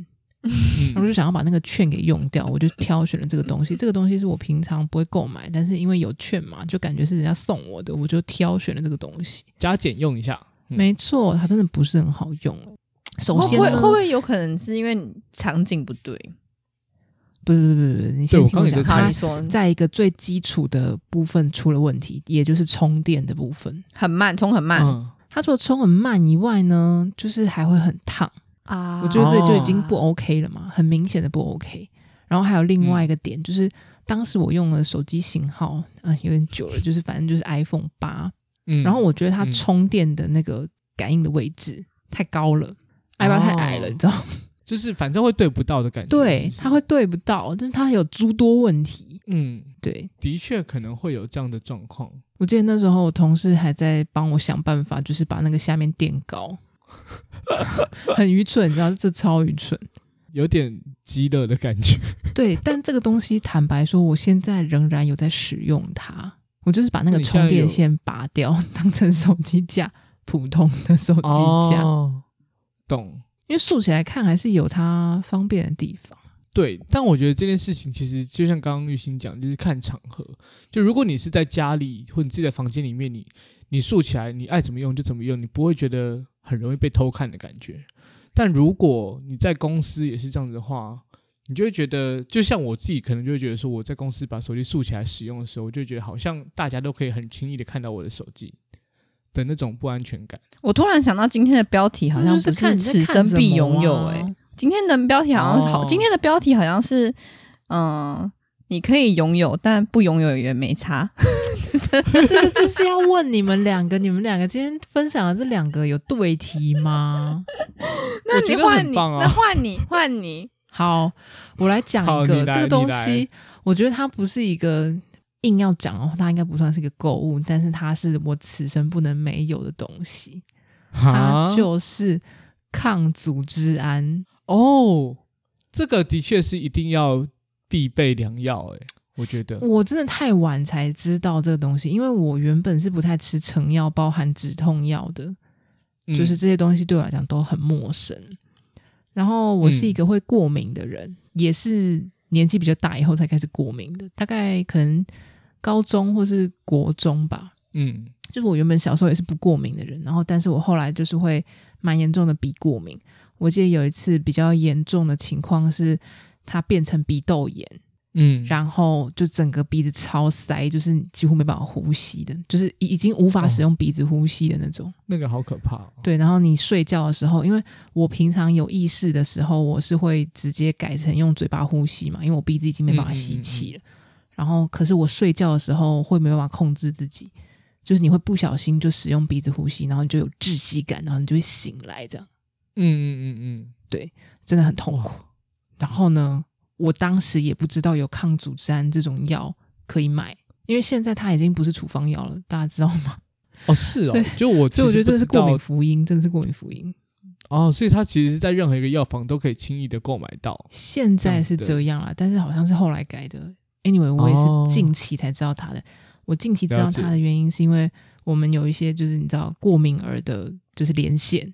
[SPEAKER 2] 然后我
[SPEAKER 1] 嗯
[SPEAKER 2] 就想要把那个券给用掉，我就挑选了这个东西，这个东西是我平常不会购买，但是因为有券嘛，就感觉是人家送我的，我就挑选了这个东西。
[SPEAKER 1] 加减用一下，嗯
[SPEAKER 2] 没错，它真的不是很好用。首
[SPEAKER 3] 会
[SPEAKER 2] 先
[SPEAKER 3] 不会
[SPEAKER 2] 呢
[SPEAKER 3] 会不会有可能是因为你场景不对？
[SPEAKER 2] 不不不不，你
[SPEAKER 1] 对
[SPEAKER 2] 先
[SPEAKER 1] 我
[SPEAKER 2] 听
[SPEAKER 1] 刚刚
[SPEAKER 2] 我
[SPEAKER 1] 也在
[SPEAKER 2] 讲，
[SPEAKER 1] 猜
[SPEAKER 3] 好，
[SPEAKER 2] 它
[SPEAKER 3] 你说
[SPEAKER 2] 在一个最基础的部分出了问题，也就是充电的部分。
[SPEAKER 3] 很慢，充很慢
[SPEAKER 1] 嗯，
[SPEAKER 2] 它除了充很慢以外呢，就是还会很烫，
[SPEAKER 3] 啊
[SPEAKER 2] 我觉得这就已经不
[SPEAKER 3] 哦
[SPEAKER 2] OK 了嘛，很明显的不 OK。然后还有另外一个点，就是当时我用了手机型号，嗯、有点久了，就是反正就是 iPhone 八，
[SPEAKER 1] 嗯
[SPEAKER 2] 然后我觉得它
[SPEAKER 1] 嗯
[SPEAKER 2] 充电的那个感应的位置太高了，i 八太矮了，
[SPEAKER 1] 哦
[SPEAKER 2] 你知道吗？
[SPEAKER 1] 就是反正会对不到的感觉，
[SPEAKER 2] 对
[SPEAKER 1] 就，是
[SPEAKER 2] 它会对不到，就是它有诸多问题。
[SPEAKER 1] 嗯，
[SPEAKER 2] 对
[SPEAKER 1] 的确可能会有这样的状况，
[SPEAKER 2] 我记得那时候我同事还在帮我想办法，就是把那个下面垫高， 很愚蠢，你知道这超愚蠢。
[SPEAKER 1] 有点激乐的感觉，
[SPEAKER 2] 对，但这个东西坦白说，我现在仍然有在使用它。我就是把那个
[SPEAKER 1] 你现在
[SPEAKER 2] 充电
[SPEAKER 1] 有
[SPEAKER 2] 线拔掉，当成手机架普通的 手机架，
[SPEAKER 1] 哦，懂。
[SPEAKER 2] 因为竖起来看还是有它方便的地方。
[SPEAKER 1] 对，但我觉得这件事情其实就像刚刚玉兴讲，就是看场合。就如果你是在家里或你自己在房间里面，你你竖起来，你爱怎么用就怎么用，你不会觉得很容易被偷看的感觉。但如果你在公司也是这样子的话，你就会觉得，就像我自己可能就会觉得说，我在公司把手机竖起来使用的时候，我就会觉得好像大家都可以很轻易的看到我的手机的那种不安全感。
[SPEAKER 3] 我突然想到今天的标题好像
[SPEAKER 2] 那
[SPEAKER 3] 不
[SPEAKER 2] 就是看你在
[SPEAKER 3] 此
[SPEAKER 2] 看
[SPEAKER 3] 生
[SPEAKER 2] 什
[SPEAKER 3] 必
[SPEAKER 2] 么
[SPEAKER 3] 拥有、
[SPEAKER 2] 啊
[SPEAKER 3] 欸，今天的标题好像是好，
[SPEAKER 1] 哦
[SPEAKER 3] 今天的标题好像是，嗯、你可以拥有，但不拥有也没 差。
[SPEAKER 2] 这个就是要问你们两个，你们两个今天分享的这两个有对题吗？
[SPEAKER 1] 我觉
[SPEAKER 3] 你
[SPEAKER 1] 得
[SPEAKER 3] 换
[SPEAKER 1] 很
[SPEAKER 3] 你，
[SPEAKER 1] 棒
[SPEAKER 3] 那
[SPEAKER 1] 啊！
[SPEAKER 3] 换 你，换你，
[SPEAKER 2] 好，我来讲
[SPEAKER 1] 好
[SPEAKER 2] 一
[SPEAKER 1] 你
[SPEAKER 2] 个
[SPEAKER 1] 来
[SPEAKER 2] 这个东
[SPEAKER 1] 你来
[SPEAKER 2] 西，我觉得它不是一个硬要讲哦，它应该不算是一个购物，但是它是我此生不能没有的东西，
[SPEAKER 3] 啊
[SPEAKER 2] 它
[SPEAKER 1] 哈
[SPEAKER 2] 就是抗组织胺。
[SPEAKER 1] 哦，这个的确是一定要必备良药、欸，我觉得。
[SPEAKER 2] 我真的太晚才知道这个东西，因为我原本是不太吃成药，包含止痛药的，
[SPEAKER 1] 嗯
[SPEAKER 2] 就是这些东西对我来讲都很陌生。然后我
[SPEAKER 1] 嗯
[SPEAKER 2] 是一个会过敏的人，也是年纪比较大以后才开始过敏的，大概可能高中或是国中吧。
[SPEAKER 1] 嗯
[SPEAKER 2] 就是我原本小时候也是不过敏的人，然后但是我后来就是会蛮严重的鼻过敏。我记得有一次比较严重的情况是，它变成鼻窦炎，
[SPEAKER 1] 嗯，
[SPEAKER 2] 然后就整个鼻子超塞，就是几乎没办法呼吸的，就是已已经无
[SPEAKER 1] 哦
[SPEAKER 2] 法使用鼻子呼吸的那种。
[SPEAKER 1] 那个好可怕、哦。
[SPEAKER 2] 对，然后你睡觉的时候，因为我平常有意识的时候，我是会直接改成用嘴巴呼吸嘛，因为我鼻子已经没办法吸气了。然后，可是我睡觉的时候会没办法控制自己，就是你会不小心就使用鼻子呼吸，然后你就有窒息感，然后你就会醒来，这样
[SPEAKER 1] 嗯嗯嗯
[SPEAKER 2] 真的很痛苦。然后呢，我当时也不知道有抗组织胺这种药可以买，因为现在它已经不是处方药了，大家知道吗？
[SPEAKER 1] 嗯，哦是哦
[SPEAKER 2] 所以，
[SPEAKER 1] 就我其
[SPEAKER 2] 所以我觉
[SPEAKER 1] 实
[SPEAKER 2] 得
[SPEAKER 1] 不
[SPEAKER 2] 这是
[SPEAKER 1] 知
[SPEAKER 2] 过敏
[SPEAKER 1] 道
[SPEAKER 2] 福音，真的是过敏福音。
[SPEAKER 1] 哦，所以它其实是在任何一个药房都可以轻易的购买到。
[SPEAKER 2] 现在是这样啦，但是好像是后来改的。Anyway，我也
[SPEAKER 1] 哦
[SPEAKER 2] 是近期才知道它的。我近期知道
[SPEAKER 1] 了解
[SPEAKER 2] 它的原因是因为我们有一些就是你知道过敏儿的，就是连线，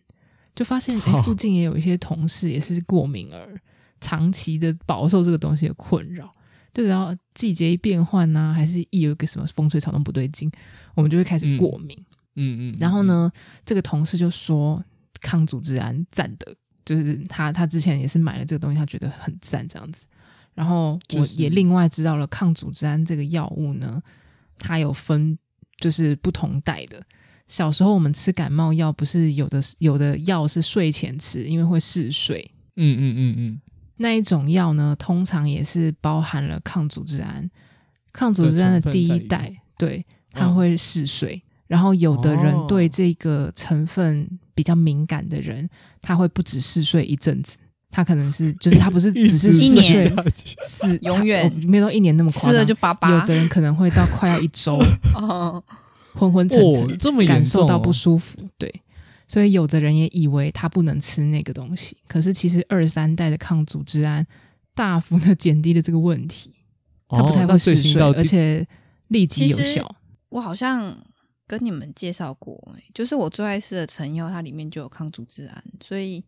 [SPEAKER 2] 就发现哎、
[SPEAKER 1] 好
[SPEAKER 2] 附近也有一些同事也是过敏儿，长期的饱受这个东西的困扰。就只要季节一变换呐、还是一有一个什么风吹草动不对劲，我们就会开始
[SPEAKER 1] 嗯
[SPEAKER 2] 过敏。
[SPEAKER 1] 嗯嗯，
[SPEAKER 2] 然后呢，这个同事就说抗组织胺赞的，就是他他之前也是买了这个东西，他觉得很赞这样子。然后
[SPEAKER 1] 就
[SPEAKER 2] 我
[SPEAKER 1] 是
[SPEAKER 2] 也另外知道了抗组织胺这个药物呢，它有分就是不同代的。小时候我们吃感冒药，不是有的有的药是睡前吃，因为会嗜睡。
[SPEAKER 1] 嗯，嗯嗯嗯
[SPEAKER 2] 那一种药呢，通常也是包含了抗组织胺。抗组
[SPEAKER 1] 的
[SPEAKER 2] 织胺
[SPEAKER 1] 成分
[SPEAKER 2] 的第
[SPEAKER 1] 在
[SPEAKER 2] 一
[SPEAKER 1] 里
[SPEAKER 2] 代，对，它
[SPEAKER 1] 嗯
[SPEAKER 2] 会嗜睡。然后有的
[SPEAKER 1] 哦
[SPEAKER 2] 人对这个成分比较敏感的人，他会不止嗜睡一阵子，他可能是就是他不是
[SPEAKER 1] 嗯，
[SPEAKER 2] 只是
[SPEAKER 1] 一
[SPEAKER 2] 嗜
[SPEAKER 1] 直
[SPEAKER 2] 睡
[SPEAKER 3] 一年
[SPEAKER 1] 下 去
[SPEAKER 2] 四
[SPEAKER 3] 永远
[SPEAKER 2] 哦没有到一年那么夸
[SPEAKER 3] 吃
[SPEAKER 2] 张，
[SPEAKER 3] 了就巴
[SPEAKER 2] 有
[SPEAKER 3] 巴。
[SPEAKER 2] 的人可能会到快要一 周
[SPEAKER 3] 啊哦，
[SPEAKER 2] 昏昏沉沉
[SPEAKER 1] 哦，，这么严
[SPEAKER 2] 感
[SPEAKER 1] 重
[SPEAKER 2] 受
[SPEAKER 1] 哦
[SPEAKER 2] 到不舒服。对，所以有的人也以为他不能吃那个东西，可是其实二三代的抗组织胺大幅的 减低了这个问题，它不
[SPEAKER 1] 哦
[SPEAKER 2] 太
[SPEAKER 1] 那
[SPEAKER 2] 会
[SPEAKER 1] 最
[SPEAKER 2] 嗜
[SPEAKER 1] 新
[SPEAKER 2] 睡，
[SPEAKER 1] 到
[SPEAKER 2] 而
[SPEAKER 1] 第
[SPEAKER 2] 且立即有
[SPEAKER 3] 其实
[SPEAKER 2] 效。
[SPEAKER 3] 我好像跟你们介绍过、欸，就是我最爱吃的成药，它里面就有抗组织胺，所以，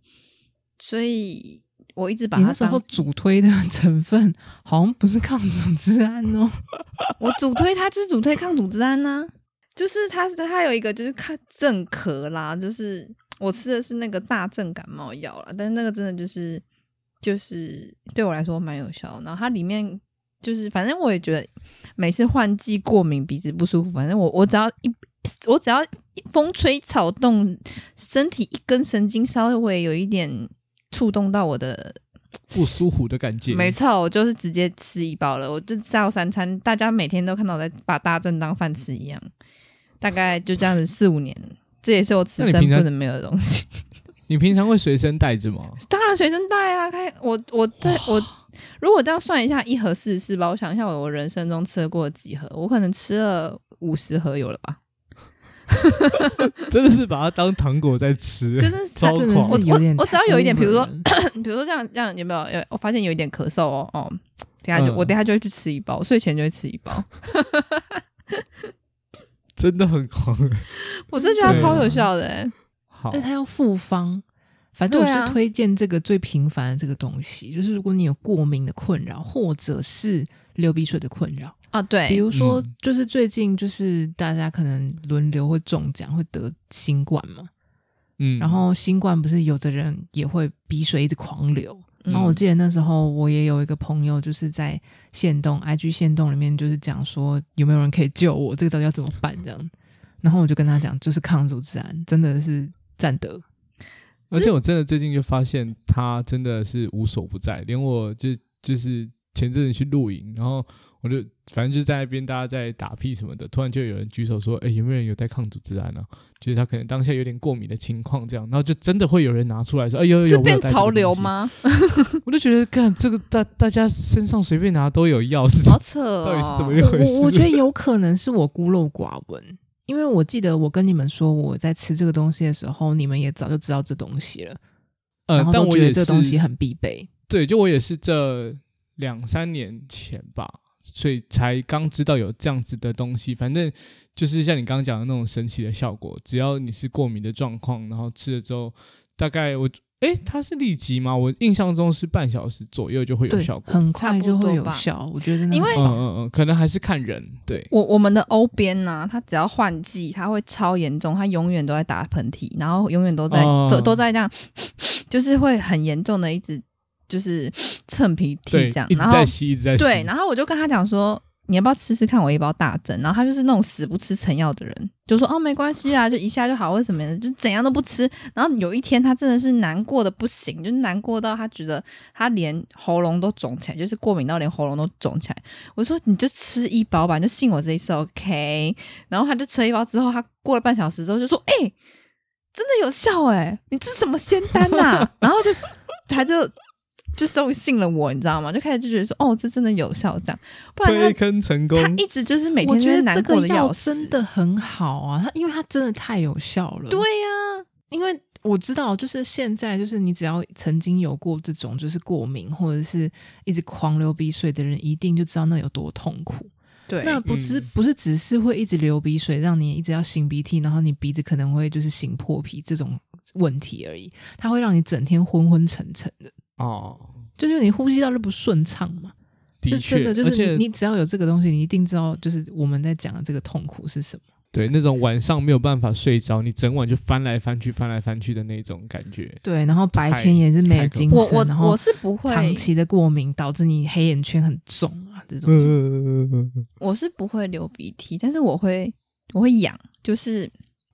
[SPEAKER 3] 所以我一直把
[SPEAKER 2] 你
[SPEAKER 3] 它
[SPEAKER 2] 那时候
[SPEAKER 3] 当
[SPEAKER 2] 主推的 成分好像不是抗组织胺哦，
[SPEAKER 3] 我主推它就是主推抗组织胺呐、就是它它有一个就是抗镇咳啦，就是我吃的是那个大正感冒药啦，但是那个真的就是就是对我来说蛮有效的。然后它里面就是反正我也觉得每次换季过敏鼻子不舒服，反正我我只要一我只要风吹草动，身体一根神经稍微有一点触动到我的
[SPEAKER 1] 不舒服的感觉，
[SPEAKER 3] 没错，我就是直接吃一包了，我就下午三餐，大家每天都看到我在把大正当饭吃一样，大概就这样子四五年，这也是我此
[SPEAKER 1] 那你
[SPEAKER 3] 生
[SPEAKER 1] 平常
[SPEAKER 3] 不能没有的东西。
[SPEAKER 1] 你平常会随身带着 吗？
[SPEAKER 3] 当然随身带啊，开我我在我如果这样算一下，一盒四十四包，我想一下我我人生中吃过几盒，我可能吃了五十盒有了吧，
[SPEAKER 1] 真的是把它当糖果在吃，
[SPEAKER 3] 就是
[SPEAKER 1] 超
[SPEAKER 2] 真的
[SPEAKER 1] 狂
[SPEAKER 2] 是有点
[SPEAKER 3] 我我只要有一点
[SPEAKER 2] over
[SPEAKER 3] 比如说
[SPEAKER 2] 了
[SPEAKER 3] 比如说这样这样有没有？有我发现有一点咳嗽哦哦，等一下就、
[SPEAKER 1] 嗯
[SPEAKER 3] 我等一下就会去吃一包，睡前就会吃一包。
[SPEAKER 1] 真的很狂。
[SPEAKER 3] 我真的觉得它
[SPEAKER 1] 对
[SPEAKER 3] 超有
[SPEAKER 2] 啊
[SPEAKER 3] 效的、欸，
[SPEAKER 1] 好
[SPEAKER 2] 而且，它要复方。反正我
[SPEAKER 3] 对啊
[SPEAKER 2] 是推荐这个最频繁的这个东西，就是如果你有过敏的困扰，或者是流鼻水的困扰，
[SPEAKER 3] 啊，
[SPEAKER 2] 比
[SPEAKER 3] 对，
[SPEAKER 2] 如说
[SPEAKER 1] 嗯
[SPEAKER 2] 就是最近就是大家可能轮流会中奖，会得新冠嘛，
[SPEAKER 1] 嗯，
[SPEAKER 2] 然后新冠不是有的人也会鼻水一直狂流，
[SPEAKER 3] 嗯
[SPEAKER 2] 然哦后我记得那时候我也有一个朋友，就是在线动 IG 线动里面，就是讲说有没有人可以救我，这个到底要怎么办这样。然后我就跟他讲，就是抗组织胺真的是占得，
[SPEAKER 1] 而且我真的最近就发现他真的是无所不在，连我就就是前阵子去露营，然后我就反正就在那边大家在打屁什么的，突然就有人举手说：“哎、有没有人有带抗组织胺啊？”就是他可能当下有点过敏的情况这样，然后就真的会有人拿出来说：“哎、呦有有
[SPEAKER 3] 这
[SPEAKER 1] 有，
[SPEAKER 3] 变
[SPEAKER 1] 我有带个
[SPEAKER 3] 潮流
[SPEAKER 1] 东西？”
[SPEAKER 3] 吗？
[SPEAKER 1] 我就觉得，干这个大大家身上随便拿都有药，是
[SPEAKER 3] 好扯哦！
[SPEAKER 1] 到底是怎么一回事？
[SPEAKER 2] 我我觉得有可能是我孤陋寡闻，因为我记得我跟你们说我在吃这个东西的时候，你们也早就知道这东西了，
[SPEAKER 1] 呃
[SPEAKER 2] 然后，
[SPEAKER 1] 但
[SPEAKER 2] 都
[SPEAKER 1] 我
[SPEAKER 2] 觉
[SPEAKER 1] 也
[SPEAKER 2] 得这
[SPEAKER 1] 是
[SPEAKER 2] 个东西很必备。
[SPEAKER 1] 对，就我也是这两三年前吧，所以才刚知道有这样子的东西。反正就是像你刚刚讲的那种神奇的效果，只要你是过敏的状况，然后吃了之后，大概我诶，它是立即吗？我印象中是半小时左右就会有
[SPEAKER 2] 对
[SPEAKER 1] 效，果。
[SPEAKER 2] 很快就会
[SPEAKER 3] 差不多
[SPEAKER 2] 有
[SPEAKER 3] 吧
[SPEAKER 2] 效。我觉得真的
[SPEAKER 3] 因
[SPEAKER 2] 很
[SPEAKER 3] 为
[SPEAKER 1] 嗯
[SPEAKER 2] 棒
[SPEAKER 1] 嗯嗯，可能还是看人。对，
[SPEAKER 3] 我我们的欧边呢，他只要换季，他会超严重，他永远都在打喷嚏，然后永远都在、
[SPEAKER 1] 哦
[SPEAKER 3] 都都在这样， 就是会很严重的一直就是 蹭鼻涕
[SPEAKER 1] 对，
[SPEAKER 3] 这样
[SPEAKER 1] 一，直
[SPEAKER 3] 然后
[SPEAKER 1] 在吸，一直在吸。
[SPEAKER 3] 对，然后我就跟他讲说。你要不要吃吃看我一包大针？然后他就是那种死不吃成药的人，就说哦没关系啦，就一下就好，为什么？就怎样都不吃。然后有一天他真的是难过的不行，就是难过到他觉得他连喉咙都肿起来，就是过敏到连喉咙都肿起来。我说你就吃一包吧，你就信我这一次，OK？然后他就吃了一包之后，他过了半小时之后就说：“哎、真的有效哎、你吃什么仙丹呐、 然后就他就就终于信了我，你知道吗？就开始就觉得说：“哦，这真的有效。”这样，不然
[SPEAKER 1] 推
[SPEAKER 3] 他
[SPEAKER 1] 坑成功
[SPEAKER 3] 他，一直就是每
[SPEAKER 2] 我
[SPEAKER 3] 天就
[SPEAKER 2] 觉
[SPEAKER 3] 是
[SPEAKER 2] 得
[SPEAKER 3] 难
[SPEAKER 2] 这
[SPEAKER 3] 过
[SPEAKER 2] 个
[SPEAKER 3] 的
[SPEAKER 2] 药
[SPEAKER 3] 要死
[SPEAKER 2] 真。的很好啊，它因为它真的太有效了。
[SPEAKER 3] 对，呀、
[SPEAKER 2] 因为我知道，就是现在，就是你只要曾经有过这种就是过敏或者是一直狂流鼻水的人，一定就知道那有多痛苦。
[SPEAKER 3] 对，
[SPEAKER 2] 那不是、
[SPEAKER 1] 嗯
[SPEAKER 2] 不是只是会一直流鼻水，让你一直要擤鼻涕，然后你鼻子可能会就是擤破皮这种问题而已，它会让你整天昏昏沉沉的，
[SPEAKER 1] 哦，
[SPEAKER 2] 就是你呼吸道就不顺畅嘛。
[SPEAKER 1] 的
[SPEAKER 2] 是真
[SPEAKER 1] 确，
[SPEAKER 2] 的，就
[SPEAKER 1] 而且
[SPEAKER 2] 是你你只要有这个东西，你一定知道，就是我们在讲的这个痛苦是什么。
[SPEAKER 1] 对那种晚上没有办法睡着，你整晚就翻来翻去、翻来翻去的那种感觉。
[SPEAKER 2] 对，然后白
[SPEAKER 1] 太
[SPEAKER 2] 天也是没有
[SPEAKER 1] 太可
[SPEAKER 2] 精
[SPEAKER 3] 我
[SPEAKER 2] 神，然
[SPEAKER 3] 我
[SPEAKER 2] 后
[SPEAKER 3] 我是不会
[SPEAKER 2] 长期的过敏导致你黑眼圈很重啊，这种。
[SPEAKER 1] 嗯
[SPEAKER 3] 我是不会流鼻涕，但是我会我会痒，就是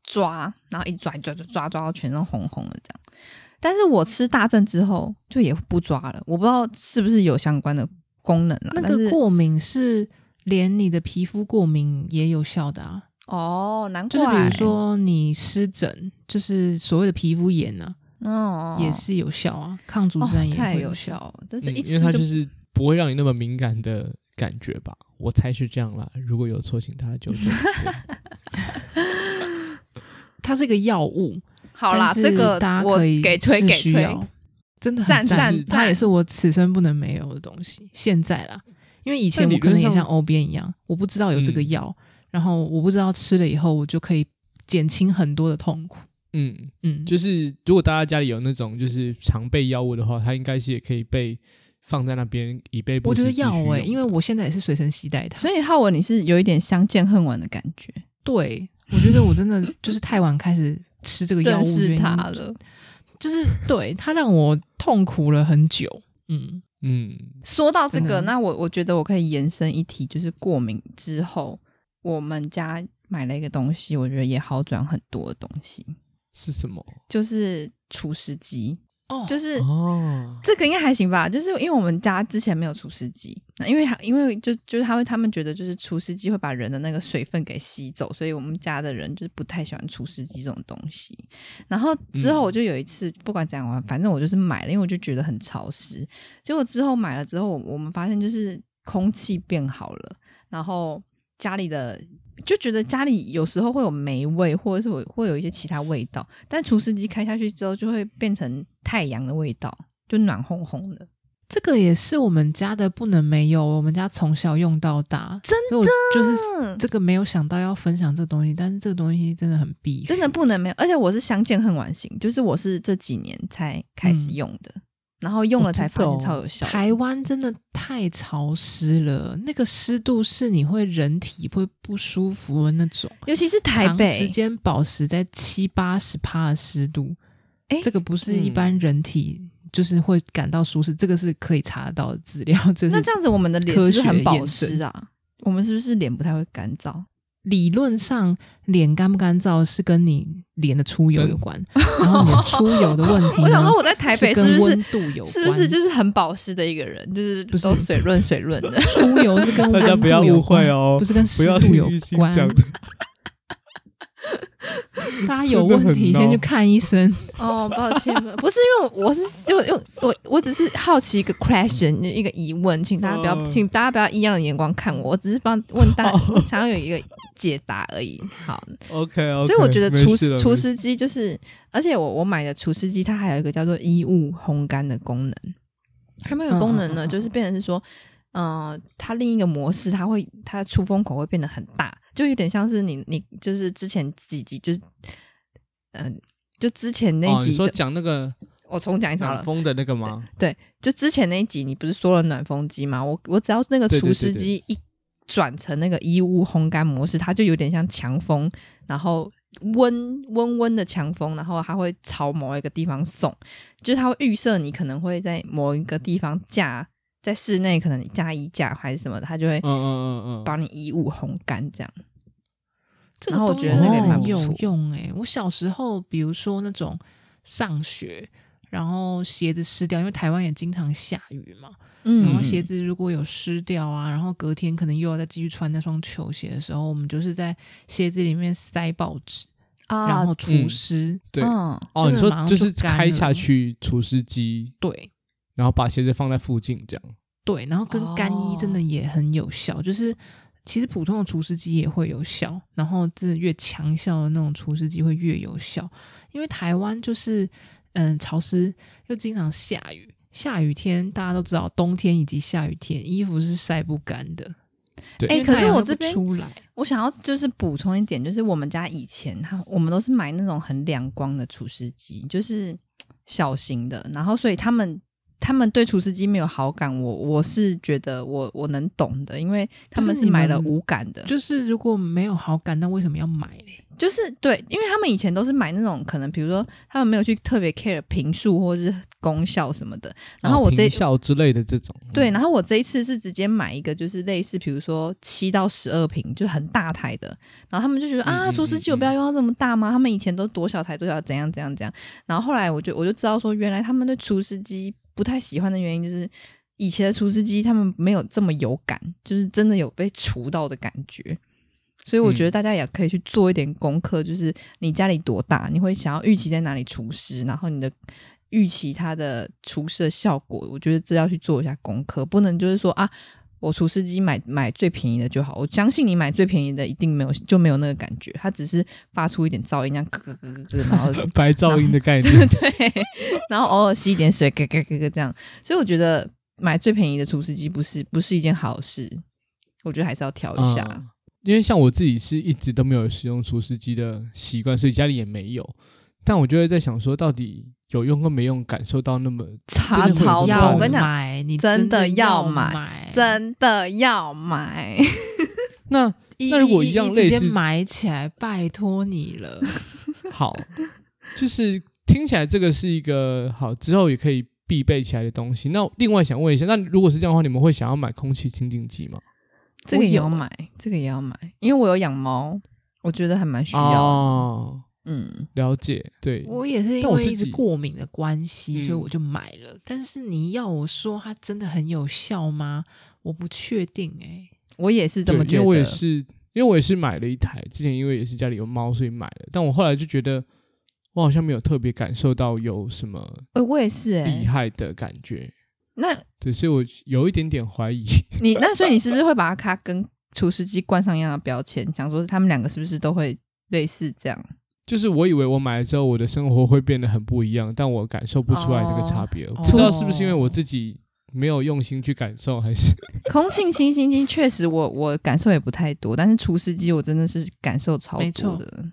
[SPEAKER 3] 抓，然后一抓一抓就抓抓到全身红红的这样。但是我吃大正之后就也不抓了，我不知道是不是有相关的功能啦。
[SPEAKER 2] 那
[SPEAKER 3] 但
[SPEAKER 2] 个
[SPEAKER 3] 是
[SPEAKER 2] 过敏是连你的皮肤过敏也有效的啊，
[SPEAKER 3] 哦，难
[SPEAKER 2] 就
[SPEAKER 3] 怪
[SPEAKER 2] 是比如说你湿疹，就是所谓的皮肤炎啊，
[SPEAKER 3] 哦，
[SPEAKER 2] 也是有效啊，抗组
[SPEAKER 3] 哦
[SPEAKER 2] 织胺也
[SPEAKER 3] 太
[SPEAKER 2] 会嗯
[SPEAKER 3] 有效
[SPEAKER 2] 效。
[SPEAKER 3] 了，但是一
[SPEAKER 1] 因为
[SPEAKER 3] 吃
[SPEAKER 1] 它
[SPEAKER 3] 就
[SPEAKER 1] 就是不会让你那么敏感的感觉吧，我猜是这样啦。如果有错，请大家纠正。
[SPEAKER 2] 它是一个药物，
[SPEAKER 3] 好啦。
[SPEAKER 2] 但是
[SPEAKER 3] 这个
[SPEAKER 2] 大家
[SPEAKER 3] 我
[SPEAKER 2] 可以
[SPEAKER 3] 给推
[SPEAKER 2] 是
[SPEAKER 3] 给
[SPEAKER 2] 需
[SPEAKER 3] 推，
[SPEAKER 2] 要真的很
[SPEAKER 3] 赞
[SPEAKER 1] 赞
[SPEAKER 2] 就是它
[SPEAKER 3] 赞
[SPEAKER 2] 也是我此生不能没有的东西。现在啦，因为以前
[SPEAKER 1] 但理
[SPEAKER 2] 我可能也
[SPEAKER 1] 论上
[SPEAKER 2] 像欧边一样，我不知道有这个
[SPEAKER 1] 嗯
[SPEAKER 2] 药，然后我不知道吃了以后我就可以减轻很多的痛苦。
[SPEAKER 1] 嗯，
[SPEAKER 2] 嗯，
[SPEAKER 1] 就是如果大家家里有那种就是常备药物的话，它应该是也可以被放在那边以备不
[SPEAKER 2] 我
[SPEAKER 1] 时
[SPEAKER 2] 觉得
[SPEAKER 1] 之需
[SPEAKER 2] 要
[SPEAKER 1] 用
[SPEAKER 2] 哎、
[SPEAKER 1] 的
[SPEAKER 2] 因为我现在也是随身携带它。
[SPEAKER 3] 所以浩文你是有一点相见恨晚的感觉，
[SPEAKER 2] 对，我觉得我真的就是太晚开始吃这个药
[SPEAKER 3] 认
[SPEAKER 2] 物，
[SPEAKER 3] 识
[SPEAKER 2] 原因
[SPEAKER 3] 他了。
[SPEAKER 2] 就是对它让我痛苦了很久。嗯，
[SPEAKER 1] 嗯，
[SPEAKER 3] 说到这
[SPEAKER 2] 真
[SPEAKER 3] 个，
[SPEAKER 2] 的
[SPEAKER 3] 那我我觉得我可以延伸一提，就是过敏之后，我们家买了一个东西，我觉得也好转很多的东西，
[SPEAKER 1] 是什么？
[SPEAKER 3] 就是除湿机，
[SPEAKER 2] 哦
[SPEAKER 3] 就是。
[SPEAKER 1] 哦，
[SPEAKER 3] 这个应该还行吧，就是因为我们家之前没有除湿机，那因为因为就就是他会他们觉得就是除湿机会把人的那个水分给吸走，所以我们家的人就是不太喜欢除湿机这种东西。然后之后我就有一次，不管怎样玩，反正我就是买了，因为我就觉得很潮湿。结果之后买了之后，我我们发现就是空气变好了，然后家里的。就觉得家里有时候会有霉味，或者是会会有一些其他味道，但除湿机开下去之后就会变成太阳的味道，就暖烘烘的。
[SPEAKER 2] 这个也是我们家的不能没有，我们家从小用到大，真的就是
[SPEAKER 3] 嗯，
[SPEAKER 2] 这个没有想到要分享这个东西，但是这个东西真的很必须，
[SPEAKER 3] 真的不能没有，而且我是相见恨晚型，就是我是这几年才开始
[SPEAKER 2] 嗯
[SPEAKER 3] 用的，然后用了才发
[SPEAKER 2] 哦真
[SPEAKER 3] 现
[SPEAKER 2] 的
[SPEAKER 3] 超
[SPEAKER 2] 哦
[SPEAKER 3] 有效的。
[SPEAKER 2] 台湾真的太潮湿了，那个湿度是你会人体会不舒服的那种。
[SPEAKER 3] 尤其是台
[SPEAKER 2] 长时
[SPEAKER 3] 北，
[SPEAKER 2] 间保持在七八十帕的湿度，
[SPEAKER 3] 诶嗯
[SPEAKER 2] 这个不是一般人体就是会感到舒适，这个是可以查得到的资料。这
[SPEAKER 3] 那
[SPEAKER 2] 是
[SPEAKER 3] 这样子我们的脸是不是
[SPEAKER 2] 科学
[SPEAKER 3] 很保
[SPEAKER 2] 验证
[SPEAKER 3] 湿啊？我们是不是脸不太会干燥？
[SPEAKER 2] 理论上脸干不干燥是跟你脸的出油有关，然后你的出油的问题呢，
[SPEAKER 3] 我想说我在台北
[SPEAKER 2] 嗯
[SPEAKER 3] 是
[SPEAKER 2] 跟
[SPEAKER 3] 不
[SPEAKER 2] 温
[SPEAKER 3] 是
[SPEAKER 2] 度有关，
[SPEAKER 3] 是不是就是很保湿的一个人，就是
[SPEAKER 2] 不是
[SPEAKER 3] 都水润水润的？
[SPEAKER 2] 出油是跟温
[SPEAKER 1] 大家
[SPEAKER 2] 度
[SPEAKER 1] 不要
[SPEAKER 2] 有
[SPEAKER 1] 误
[SPEAKER 2] 关
[SPEAKER 1] 会哦
[SPEAKER 2] 不是跟
[SPEAKER 1] 不
[SPEAKER 2] 湿
[SPEAKER 1] 要
[SPEAKER 2] 度有
[SPEAKER 1] 听玉兴
[SPEAKER 2] 关。
[SPEAKER 1] 讲，
[SPEAKER 2] 大家有问题
[SPEAKER 1] 真的很
[SPEAKER 2] 先
[SPEAKER 1] 闹
[SPEAKER 2] 去看医生。
[SPEAKER 3] 哦，抱歉，不是因为我是就用我我只是好奇一个 question 一个疑问，请大家不要，
[SPEAKER 1] 嗯哦
[SPEAKER 3] 请大家不要异样的眼光看我，我只是帮问 大家
[SPEAKER 1] 好，
[SPEAKER 3] 想要有一个解答而已。好，
[SPEAKER 1] OK OK，
[SPEAKER 3] 所以我觉得
[SPEAKER 1] 没
[SPEAKER 3] 除
[SPEAKER 1] 事了
[SPEAKER 3] 除
[SPEAKER 1] 没事
[SPEAKER 3] 湿机就是，而且我我买的除湿机它还有一个叫做衣物烘干的功能，它那个功能
[SPEAKER 2] 嗯嗯
[SPEAKER 3] 呢，
[SPEAKER 2] 嗯嗯
[SPEAKER 3] 就是变成是说。呃，它另一个模式，它会它的出风口会变得很大，就有点像是你你就是之前几集就是，嗯、就之前那
[SPEAKER 1] 哦
[SPEAKER 3] 一集
[SPEAKER 1] 你
[SPEAKER 3] 是、
[SPEAKER 1] 说讲那个
[SPEAKER 3] 我重讲一次好
[SPEAKER 1] 暖
[SPEAKER 3] 了。
[SPEAKER 1] 风的那个吗？
[SPEAKER 3] 就之前那一集，你不是说了暖风机吗？我我只要那个
[SPEAKER 1] 对对
[SPEAKER 3] 除
[SPEAKER 1] 对
[SPEAKER 3] 湿机一转成那个衣物烘干模式，它就有点像强风，然后温温温的强风，然后它会朝某一个地方送，就是它会预设你可能会在某一个地方架，在室内可能架衣架还是什么的，它就会
[SPEAKER 1] 嗯嗯嗯嗯，
[SPEAKER 3] 帮你衣物烘干这样。
[SPEAKER 2] 这
[SPEAKER 3] 然后我觉得
[SPEAKER 2] 东西
[SPEAKER 3] 那个也蛮
[SPEAKER 2] 很
[SPEAKER 3] 不
[SPEAKER 2] 有
[SPEAKER 3] 错
[SPEAKER 2] 用诶、我小时候，比如说那种上学，然后鞋子湿掉，因为台湾也经常下雨嘛，
[SPEAKER 3] 嗯
[SPEAKER 2] 然
[SPEAKER 1] 嗯
[SPEAKER 2] 后鞋子如果有湿掉啊，然后隔天可能又要再继续穿那双球鞋的时候，我们就是在鞋子里面塞报纸，然
[SPEAKER 3] 啊，
[SPEAKER 2] 后除湿。
[SPEAKER 1] 对。
[SPEAKER 3] 嗯，
[SPEAKER 1] 哦，
[SPEAKER 2] 这个
[SPEAKER 1] 你说
[SPEAKER 2] 马上
[SPEAKER 1] 就是
[SPEAKER 2] 就干
[SPEAKER 1] 开
[SPEAKER 2] 了
[SPEAKER 1] 下去除湿机，
[SPEAKER 2] 对
[SPEAKER 1] 然后把鞋子放在附近这样。
[SPEAKER 2] 对，然后跟干衣真
[SPEAKER 3] 哦
[SPEAKER 2] 的也很有效，就是。其实普通的除湿机也会有效，然后这越强效的那种除湿机会越有效，因为台湾就是嗯潮湿又经常下雨，下雨天大家都知道，冬天以及下雨天衣服是晒不干的。
[SPEAKER 1] 对
[SPEAKER 3] 哎
[SPEAKER 2] 因为
[SPEAKER 3] 可是
[SPEAKER 2] 太阳
[SPEAKER 3] 我
[SPEAKER 2] 都
[SPEAKER 3] 这
[SPEAKER 2] 不
[SPEAKER 3] 边
[SPEAKER 2] 出来，
[SPEAKER 3] 我想要就是补充一点，就是我们家以前它我们都是买那种很亮光的除湿机，就是小型的，然后所以他们他们对除湿机没有好感，我我是觉得我我能懂的，因为他们
[SPEAKER 2] 就是是你们
[SPEAKER 3] 买了无感的，
[SPEAKER 2] 就是如果没有好感，那为什么要买嘞？
[SPEAKER 3] 就是对，因为他们以前都是买那种可能，比如说他们没有去特别 care 频数或是功效什么
[SPEAKER 2] 哦
[SPEAKER 3] 的，然后我
[SPEAKER 1] 平
[SPEAKER 3] 这、
[SPEAKER 1] 效之类的这种，
[SPEAKER 3] 对，
[SPEAKER 1] 嗯
[SPEAKER 3] 然后我这一次是直接买一个，就是类似比如说七到十二瓶，就很大台的。然后他们就觉得
[SPEAKER 1] 嗯
[SPEAKER 3] 啊，
[SPEAKER 1] 嗯
[SPEAKER 3] 除湿机我不要用到这么大吗？他们以前都多小台多小，怎样怎样怎样。然后后来我就我就知道说，原来他们对除湿机不太喜欢的原因就是。以前的除湿机，他们没有这么有感，就是真的有被除到的感觉，所以我
[SPEAKER 1] 嗯
[SPEAKER 3] 觉得大家也可以去做一点功课，就是你家里多大，你会想要预期在哪里除湿，然后你的预期它的除湿的效果，我觉得这要去做一下功课，不能就是说啊，我除湿机买买最便宜的就好。我相信你买最便宜的一定没有就没有那个感觉，它只是发出一点噪音，这样咯咯咯咯咯，然后
[SPEAKER 1] 白噪音的概念，
[SPEAKER 3] 对，然后偶尔吸一点水，咯咯咯咯这样。所以我觉得买最便宜的除湿机不是不是一件好事，我觉得还是要调一下。
[SPEAKER 1] 嗯因为像我自己是一直都没有使用除湿机的习惯，所以家里也没有。但我就会在想说，到底有用跟没用，感受到那么
[SPEAKER 3] 查
[SPEAKER 1] 真的会有
[SPEAKER 3] 超
[SPEAKER 1] 好
[SPEAKER 3] 多，
[SPEAKER 1] 这种
[SPEAKER 2] 要
[SPEAKER 3] 我跟你讲，
[SPEAKER 2] 买，你
[SPEAKER 3] 真的
[SPEAKER 2] 的
[SPEAKER 3] 要买
[SPEAKER 2] 买，
[SPEAKER 3] 真的要买。
[SPEAKER 1] 那
[SPEAKER 2] 一。
[SPEAKER 1] 那如果一样类似嗯
[SPEAKER 2] 直接买起来，拜托你 了。
[SPEAKER 1] 好，就是听起来这个是一个好之后也可以必备起来的东西。那另外想问一下，那如果是这样的话，你们会想要买空气清净机吗？
[SPEAKER 3] 这个也要
[SPEAKER 2] 我有
[SPEAKER 3] 买，这个也要买，因为我有养猫，我觉得还蛮需要的。
[SPEAKER 1] 哦，
[SPEAKER 3] 嗯，
[SPEAKER 1] 了解，对，
[SPEAKER 2] 我也是因
[SPEAKER 1] 但我
[SPEAKER 2] 为
[SPEAKER 1] 自
[SPEAKER 2] 一直
[SPEAKER 1] 己
[SPEAKER 2] 过敏的关系，
[SPEAKER 1] 嗯
[SPEAKER 2] 所以我就买了。但是你要我说它真的很有效吗？我不确定哎、
[SPEAKER 3] 我也是这么
[SPEAKER 1] 对
[SPEAKER 3] 觉
[SPEAKER 1] 因
[SPEAKER 3] 得。
[SPEAKER 1] 为我也是，因为我也是买了一台，之前因为也是家里有猫，所以买了。但我后来就觉得，我好像没有特别感受到有什么
[SPEAKER 3] 呃我也是哎、
[SPEAKER 1] 厉害的感觉。
[SPEAKER 3] 那
[SPEAKER 1] 对，所以我有一点点怀疑。
[SPEAKER 3] 你那所以你是不是会把它跟厨师机冠上一样的标签，想说他们两个是不是都会类似这样？
[SPEAKER 1] 就是我以为我买了之后，
[SPEAKER 2] 哦
[SPEAKER 1] 我的生活会变得很不一样，但我感受不出来那个差别。我不知道是不是因为我自己没有用心去感受，还 是
[SPEAKER 3] 空气清新机确实我我感受也不太多，但是除湿机我真的是感受超
[SPEAKER 2] 没
[SPEAKER 3] 多
[SPEAKER 2] 错
[SPEAKER 3] 的。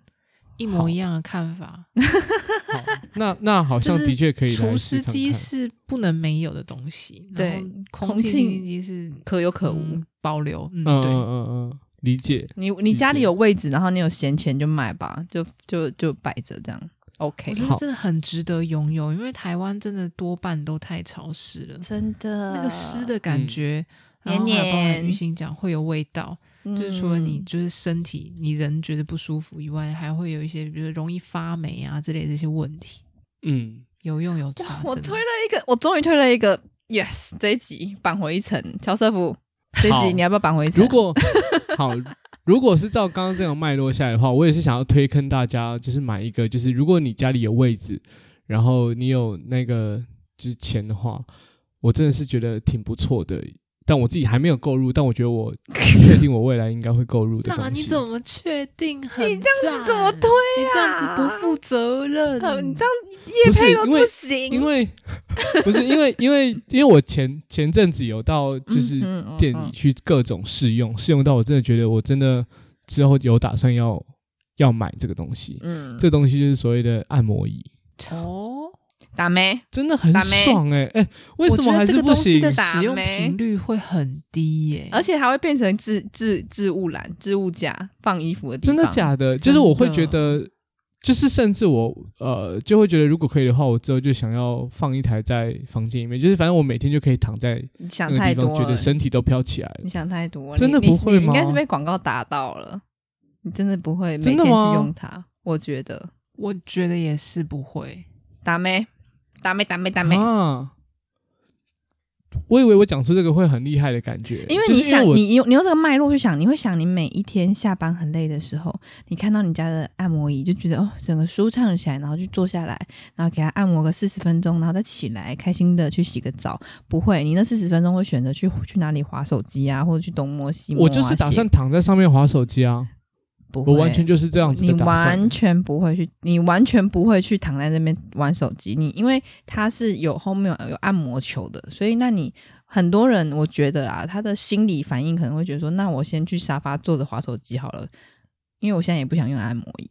[SPEAKER 2] 一模一样的看法。
[SPEAKER 1] 好那那好像
[SPEAKER 2] 就是
[SPEAKER 1] 的确可以来
[SPEAKER 2] 除
[SPEAKER 1] 试
[SPEAKER 2] 湿
[SPEAKER 1] 看
[SPEAKER 2] 机
[SPEAKER 1] 看
[SPEAKER 2] 是不能没有的东西，
[SPEAKER 3] 对
[SPEAKER 2] 然后
[SPEAKER 3] 空
[SPEAKER 2] 空气
[SPEAKER 3] 气
[SPEAKER 2] 清新机是
[SPEAKER 3] 可有可无。
[SPEAKER 2] 嗯保留，嗯，
[SPEAKER 1] 嗯嗯
[SPEAKER 2] 对，
[SPEAKER 1] 嗯嗯，理解。
[SPEAKER 3] 你
[SPEAKER 1] 理
[SPEAKER 3] 你
[SPEAKER 1] 解
[SPEAKER 3] 家里有位置，然后你有闲钱就买吧，就就就摆着这样，OK
[SPEAKER 2] 我。觉
[SPEAKER 1] 好
[SPEAKER 2] 得真的很值得拥有，因为台湾真的多半都太潮湿了，
[SPEAKER 3] 真的
[SPEAKER 2] 那个湿，的感觉，
[SPEAKER 3] 嗯
[SPEAKER 2] 然后还有包
[SPEAKER 3] 黏
[SPEAKER 2] 含
[SPEAKER 3] 黏
[SPEAKER 2] 雨欣讲会有味道，
[SPEAKER 3] 嗯
[SPEAKER 2] 就是除了你就是身体你人觉得不舒服以外，还会有一些比如容易发霉啊之类的这些问题，
[SPEAKER 1] 嗯，
[SPEAKER 2] 有用有差。
[SPEAKER 3] 我
[SPEAKER 2] 真的
[SPEAKER 3] 推了一个，我终于推了一个，yes，这一集扳回一城。乔瑟夫，这一
[SPEAKER 1] 好
[SPEAKER 3] 集你要不要扳回一城？
[SPEAKER 1] 如 果好，如果是照刚刚这种脉络下来的话，我也是想要推坑大家，就是买一个，就是如果你家里有位置，然后你有那个就是钱的话，我真的是觉得挺不错的。但我自己还没有购入，但我觉得 我确定我未来应该会购入的
[SPEAKER 2] 那
[SPEAKER 1] 东
[SPEAKER 2] 你
[SPEAKER 1] 西。
[SPEAKER 2] 怎么确定很？你这样
[SPEAKER 3] 子怎么推
[SPEAKER 2] 啊你这样子不负责任。
[SPEAKER 3] 呃你这样
[SPEAKER 1] 不
[SPEAKER 3] 叶
[SPEAKER 1] 是
[SPEAKER 3] 配都
[SPEAKER 1] 因为
[SPEAKER 3] 不行，
[SPEAKER 1] 因为不是因为因为因为我前前阵子有到就是
[SPEAKER 3] 嗯嗯嗯
[SPEAKER 1] 店里去各种试用，试用到我真的觉得我真的之后有打算要要买这个东西。
[SPEAKER 3] 嗯，
[SPEAKER 1] 这东西就是所谓的按摩椅，
[SPEAKER 2] 哦，
[SPEAKER 3] 打没？
[SPEAKER 1] 真的很
[SPEAKER 3] 打咩
[SPEAKER 1] 爽哎、哎、为
[SPEAKER 2] 我
[SPEAKER 1] 什
[SPEAKER 2] 觉
[SPEAKER 1] 么还
[SPEAKER 2] 得这
[SPEAKER 1] 是
[SPEAKER 2] 个
[SPEAKER 1] 不
[SPEAKER 2] 东西
[SPEAKER 1] 行？
[SPEAKER 2] 的
[SPEAKER 3] 打
[SPEAKER 2] 使用
[SPEAKER 3] 咩
[SPEAKER 2] 频率会很低耶，
[SPEAKER 3] 而且还会变成置置置物篮、置物架、放衣服的地
[SPEAKER 1] 真
[SPEAKER 3] 方。
[SPEAKER 1] 的假的？就是我会觉得，就是甚至我呃，就会觉得如果可以的话，我之后就想要放一台在房间里面，就是反正我每天就可以躺在
[SPEAKER 3] 你
[SPEAKER 1] 那
[SPEAKER 3] 想
[SPEAKER 1] 个
[SPEAKER 3] 太
[SPEAKER 1] 地
[SPEAKER 3] 多
[SPEAKER 1] 方，觉得
[SPEAKER 3] 了，
[SPEAKER 1] 身体都飘起来了
[SPEAKER 3] 你。想太多了，
[SPEAKER 1] 真的
[SPEAKER 3] 你
[SPEAKER 1] 不会
[SPEAKER 3] 你你应该是
[SPEAKER 1] 吗
[SPEAKER 3] 被广告打到了，你真的不会每
[SPEAKER 1] 真
[SPEAKER 3] 天
[SPEAKER 1] 的
[SPEAKER 3] 去
[SPEAKER 1] 吗
[SPEAKER 3] 用它。我觉得
[SPEAKER 2] 我觉得也是不会。
[SPEAKER 3] 打没？打没？打没？打没？
[SPEAKER 1] 啊！我以为我讲出这个会很厉害的感觉，
[SPEAKER 3] 因为
[SPEAKER 1] 就是
[SPEAKER 3] 你想，
[SPEAKER 1] 我
[SPEAKER 3] 你用你用这个脉络去想，你会想，你每一天下班很累的时候，你看到你家的按摩椅，就觉得哦，整个舒畅起来，然后就坐下来，然后给它按摩个四十分钟，然后再起来，开心的去洗个澡。不会，你那四十分钟会选择去去哪里划手机啊，或者去东摸西摸啊、
[SPEAKER 1] 我就是打算
[SPEAKER 3] 写
[SPEAKER 1] 躺在上面划手机啊，
[SPEAKER 3] 不会，
[SPEAKER 1] 我完全就是这样子
[SPEAKER 3] 你
[SPEAKER 1] 的打算。
[SPEAKER 3] 完全不会去，你完全不会去躺在那边玩手机。你因为它是有后面有有按摩球的，所以那你很多人我觉得啊，他的心理反应可能会觉得说，那我先去沙发坐着划手机好了，因为我现在也不想用按摩椅。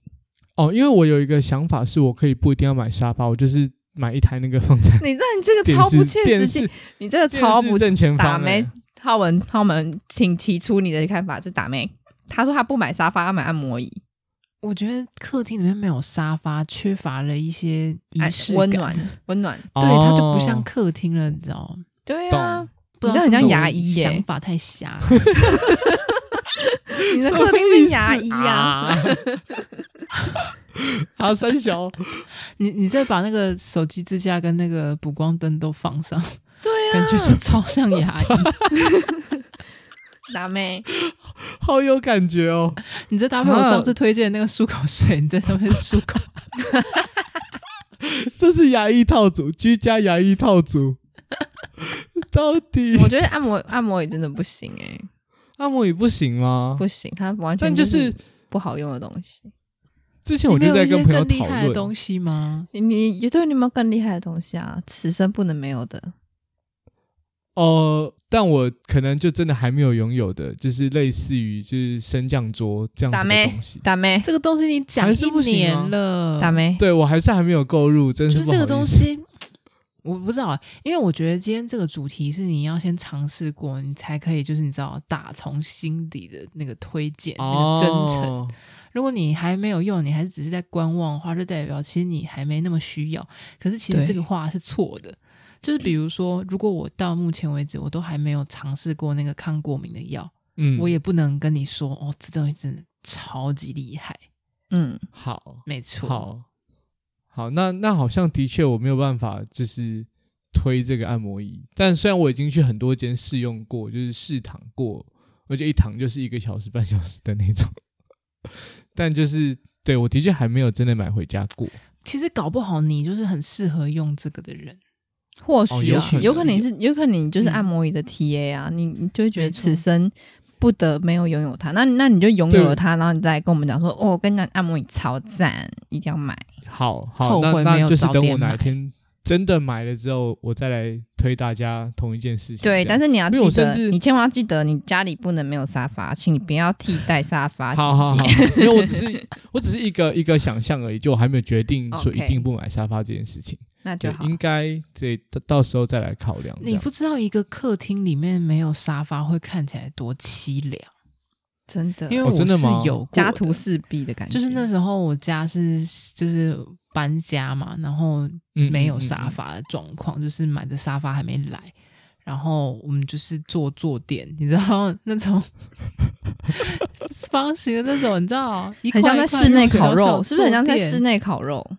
[SPEAKER 1] 哦，因为我有一个想法，是我可以不一定要买沙发，我就是买一台那个 放在
[SPEAKER 3] 你这你这个
[SPEAKER 1] 电
[SPEAKER 3] 超不
[SPEAKER 1] 视
[SPEAKER 3] 切
[SPEAKER 1] 电
[SPEAKER 3] 实际
[SPEAKER 1] 视，
[SPEAKER 3] 你这个
[SPEAKER 1] 电
[SPEAKER 3] 超
[SPEAKER 1] 视
[SPEAKER 3] 不
[SPEAKER 1] 正前
[SPEAKER 3] 打
[SPEAKER 1] 方、
[SPEAKER 3] 没
[SPEAKER 1] 欸。
[SPEAKER 3] 浩文，浩文，请提出你的看法。这打妹，他说他不买沙发，他买按摩椅，
[SPEAKER 2] 我觉得客厅里面没有沙发，缺乏了一些仪
[SPEAKER 3] 哎
[SPEAKER 2] 式感
[SPEAKER 3] 温暖，温暖。
[SPEAKER 1] 对
[SPEAKER 2] 对，它就
[SPEAKER 1] 哦
[SPEAKER 2] 不像客厅了，你知道吗？
[SPEAKER 3] 对啊
[SPEAKER 1] 懂，
[SPEAKER 2] 不知道
[SPEAKER 3] 你这很像
[SPEAKER 2] 是不是
[SPEAKER 3] 牙
[SPEAKER 2] 我
[SPEAKER 3] 医耶
[SPEAKER 2] 想法太 狭。
[SPEAKER 3] 你的客厅是牙医啊。
[SPEAKER 1] 啊。啊，三小，
[SPEAKER 2] 你你再把那个手机支架跟那个补光灯都放上，
[SPEAKER 3] 对啊，
[SPEAKER 2] 感觉就超像牙医。
[SPEAKER 3] 打妹，
[SPEAKER 1] 好有感觉哦！
[SPEAKER 2] 你再搭配我上次推荐的那个漱口水，你在上面漱口，
[SPEAKER 1] 这是牙医套组，居家牙医套 组，到底
[SPEAKER 3] 我觉得按摩按摩椅真的不行哎、
[SPEAKER 1] 按摩椅不行吗？
[SPEAKER 3] 不行，它完全
[SPEAKER 1] 但就
[SPEAKER 3] 就是
[SPEAKER 1] 是
[SPEAKER 3] 不好用的东西。
[SPEAKER 1] 之前我
[SPEAKER 2] 你
[SPEAKER 1] 就
[SPEAKER 2] 没
[SPEAKER 1] 在
[SPEAKER 2] 有一些
[SPEAKER 1] 跟朋友
[SPEAKER 2] 更厉
[SPEAKER 1] 讨
[SPEAKER 2] 害的
[SPEAKER 1] 论，
[SPEAKER 2] 东西吗？
[SPEAKER 3] 你你也对，你有没有更厉害的东西啊？此生不能没有的。
[SPEAKER 1] 哦，但我可能就真的还没有拥有的，就是类似于就是升降桌这样
[SPEAKER 3] 打
[SPEAKER 1] 子的
[SPEAKER 3] 妹
[SPEAKER 1] 东西。
[SPEAKER 3] 打妹，
[SPEAKER 2] 这个东西你讲
[SPEAKER 1] 还是
[SPEAKER 2] 一
[SPEAKER 1] 不行啊
[SPEAKER 2] 年
[SPEAKER 1] 吗
[SPEAKER 2] 了，
[SPEAKER 3] 打妹，
[SPEAKER 1] 对我还是还没有购入，真
[SPEAKER 2] 就是
[SPEAKER 1] 不
[SPEAKER 2] 这个
[SPEAKER 1] 好意
[SPEAKER 2] 东
[SPEAKER 1] 思。
[SPEAKER 2] 西，我不知道，欸因为我觉得今天这个主题是你要先尝试过，你才可以，就是你知道打从心底的那个推荐、
[SPEAKER 1] 哦，
[SPEAKER 2] 那个真诚。如果你还没有用，你还是只是在观望的话，就代表其实你还没那么需要。可是其实
[SPEAKER 3] 对
[SPEAKER 2] 这个话是错的。就是比如说，如果我到目前为止我都还没有尝试过那个抗过敏的药，
[SPEAKER 1] 嗯，
[SPEAKER 2] 我也不能跟你说哦，这东西真的超级厉害。
[SPEAKER 3] 嗯，
[SPEAKER 1] 好，
[SPEAKER 2] 没错，
[SPEAKER 1] 好，好，那那好像的确我没有办法，就是推这个按摩椅。但虽然我已经去很多间试用过，就是试躺过，而且一躺就是一个小时、半小时的那种， 但就是对我的确还没有真的买回家过。
[SPEAKER 2] 其实搞不好你就是很适合用这个的人。
[SPEAKER 3] 或
[SPEAKER 1] 哦
[SPEAKER 3] 许、
[SPEAKER 1] 有
[SPEAKER 3] 啊
[SPEAKER 1] 可能
[SPEAKER 3] 有可能是有可能你就是
[SPEAKER 2] 嗯
[SPEAKER 3] 按摩椅的 TA 啊，你你就会觉得
[SPEAKER 2] 没错
[SPEAKER 3] 此生。不得没有拥有它，那那你就拥有了它，然后你再来跟我们讲说，哦，我跟你讲，按摩椅超赞，一定要买。
[SPEAKER 1] 好好，
[SPEAKER 2] 后
[SPEAKER 1] 那
[SPEAKER 2] 悔没
[SPEAKER 1] 那
[SPEAKER 2] 有
[SPEAKER 1] 就是
[SPEAKER 2] 早
[SPEAKER 1] 等
[SPEAKER 2] 点
[SPEAKER 1] 我哪
[SPEAKER 2] 买
[SPEAKER 1] 一天真的买了之后，我再来推大家同一件事情。
[SPEAKER 3] 对，但
[SPEAKER 1] 是
[SPEAKER 3] 是你要
[SPEAKER 1] 因为
[SPEAKER 3] 记
[SPEAKER 1] 我甚
[SPEAKER 3] 得，
[SPEAKER 1] 至
[SPEAKER 3] 你千万要记得，你家里不能没有沙发，请你不要替代沙发。
[SPEAKER 1] 好好
[SPEAKER 3] 谢
[SPEAKER 1] 好
[SPEAKER 3] 谢，
[SPEAKER 1] 因为我只是我只是一个一个想象而已，就我还没有决定说
[SPEAKER 3] OK
[SPEAKER 1] 一定不买沙发这件事情。
[SPEAKER 3] 那就
[SPEAKER 1] 对，
[SPEAKER 3] 好。
[SPEAKER 1] 应该对到到时候再来考量。这
[SPEAKER 2] 你
[SPEAKER 1] 样
[SPEAKER 2] 不知道一个客厅里面没有沙发会看起来多凄凉，
[SPEAKER 3] 真的，
[SPEAKER 2] 因为
[SPEAKER 1] 哦
[SPEAKER 2] 我
[SPEAKER 1] 真的
[SPEAKER 2] 是
[SPEAKER 1] 吗
[SPEAKER 2] 有过
[SPEAKER 3] 家
[SPEAKER 2] 的
[SPEAKER 3] 徒四壁的感觉，
[SPEAKER 2] 就是那时候我家是就是搬家嘛，然后
[SPEAKER 1] 嗯
[SPEAKER 2] 没
[SPEAKER 1] 嗯
[SPEAKER 2] 有
[SPEAKER 1] 嗯
[SPEAKER 2] 沙
[SPEAKER 1] 嗯
[SPEAKER 2] 发的状况，就是买的沙发还没来，然后我们就是坐坐垫，你知道那 种方形的那种，你知道，一
[SPEAKER 3] 很
[SPEAKER 2] 块
[SPEAKER 3] 像在
[SPEAKER 2] 一块
[SPEAKER 3] 室内
[SPEAKER 2] 那种
[SPEAKER 3] 烤
[SPEAKER 2] 小
[SPEAKER 3] 肉
[SPEAKER 2] 小，
[SPEAKER 3] 是不是很像在
[SPEAKER 2] 坐垫，
[SPEAKER 3] 室？内烤肉？
[SPEAKER 1] 嗯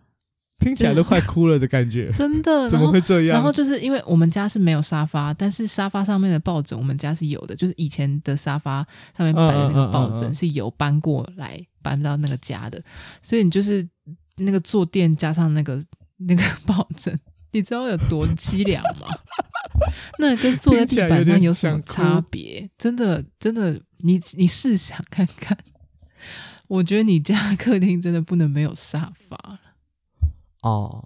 [SPEAKER 1] 听起来都快哭了的感觉
[SPEAKER 2] 真的，
[SPEAKER 1] 怎
[SPEAKER 2] 然
[SPEAKER 1] 么
[SPEAKER 2] 后
[SPEAKER 1] 会这样？
[SPEAKER 2] 然后就是因为我们家是没有沙发，但是沙发上面的抱枕我们家是有的，就是以前的沙发上面摆的那个抱
[SPEAKER 1] 嗯嗯嗯嗯
[SPEAKER 2] 枕
[SPEAKER 1] 嗯
[SPEAKER 2] 是有搬过来搬到那个家的，所以你就是那个坐垫加上那个那个抱枕，你知道有多凄凉 吗？那跟坐在地板上有什么差别？真的真的，你你试想看看，我觉得你家客厅真的不能没有沙发。
[SPEAKER 1] 哦，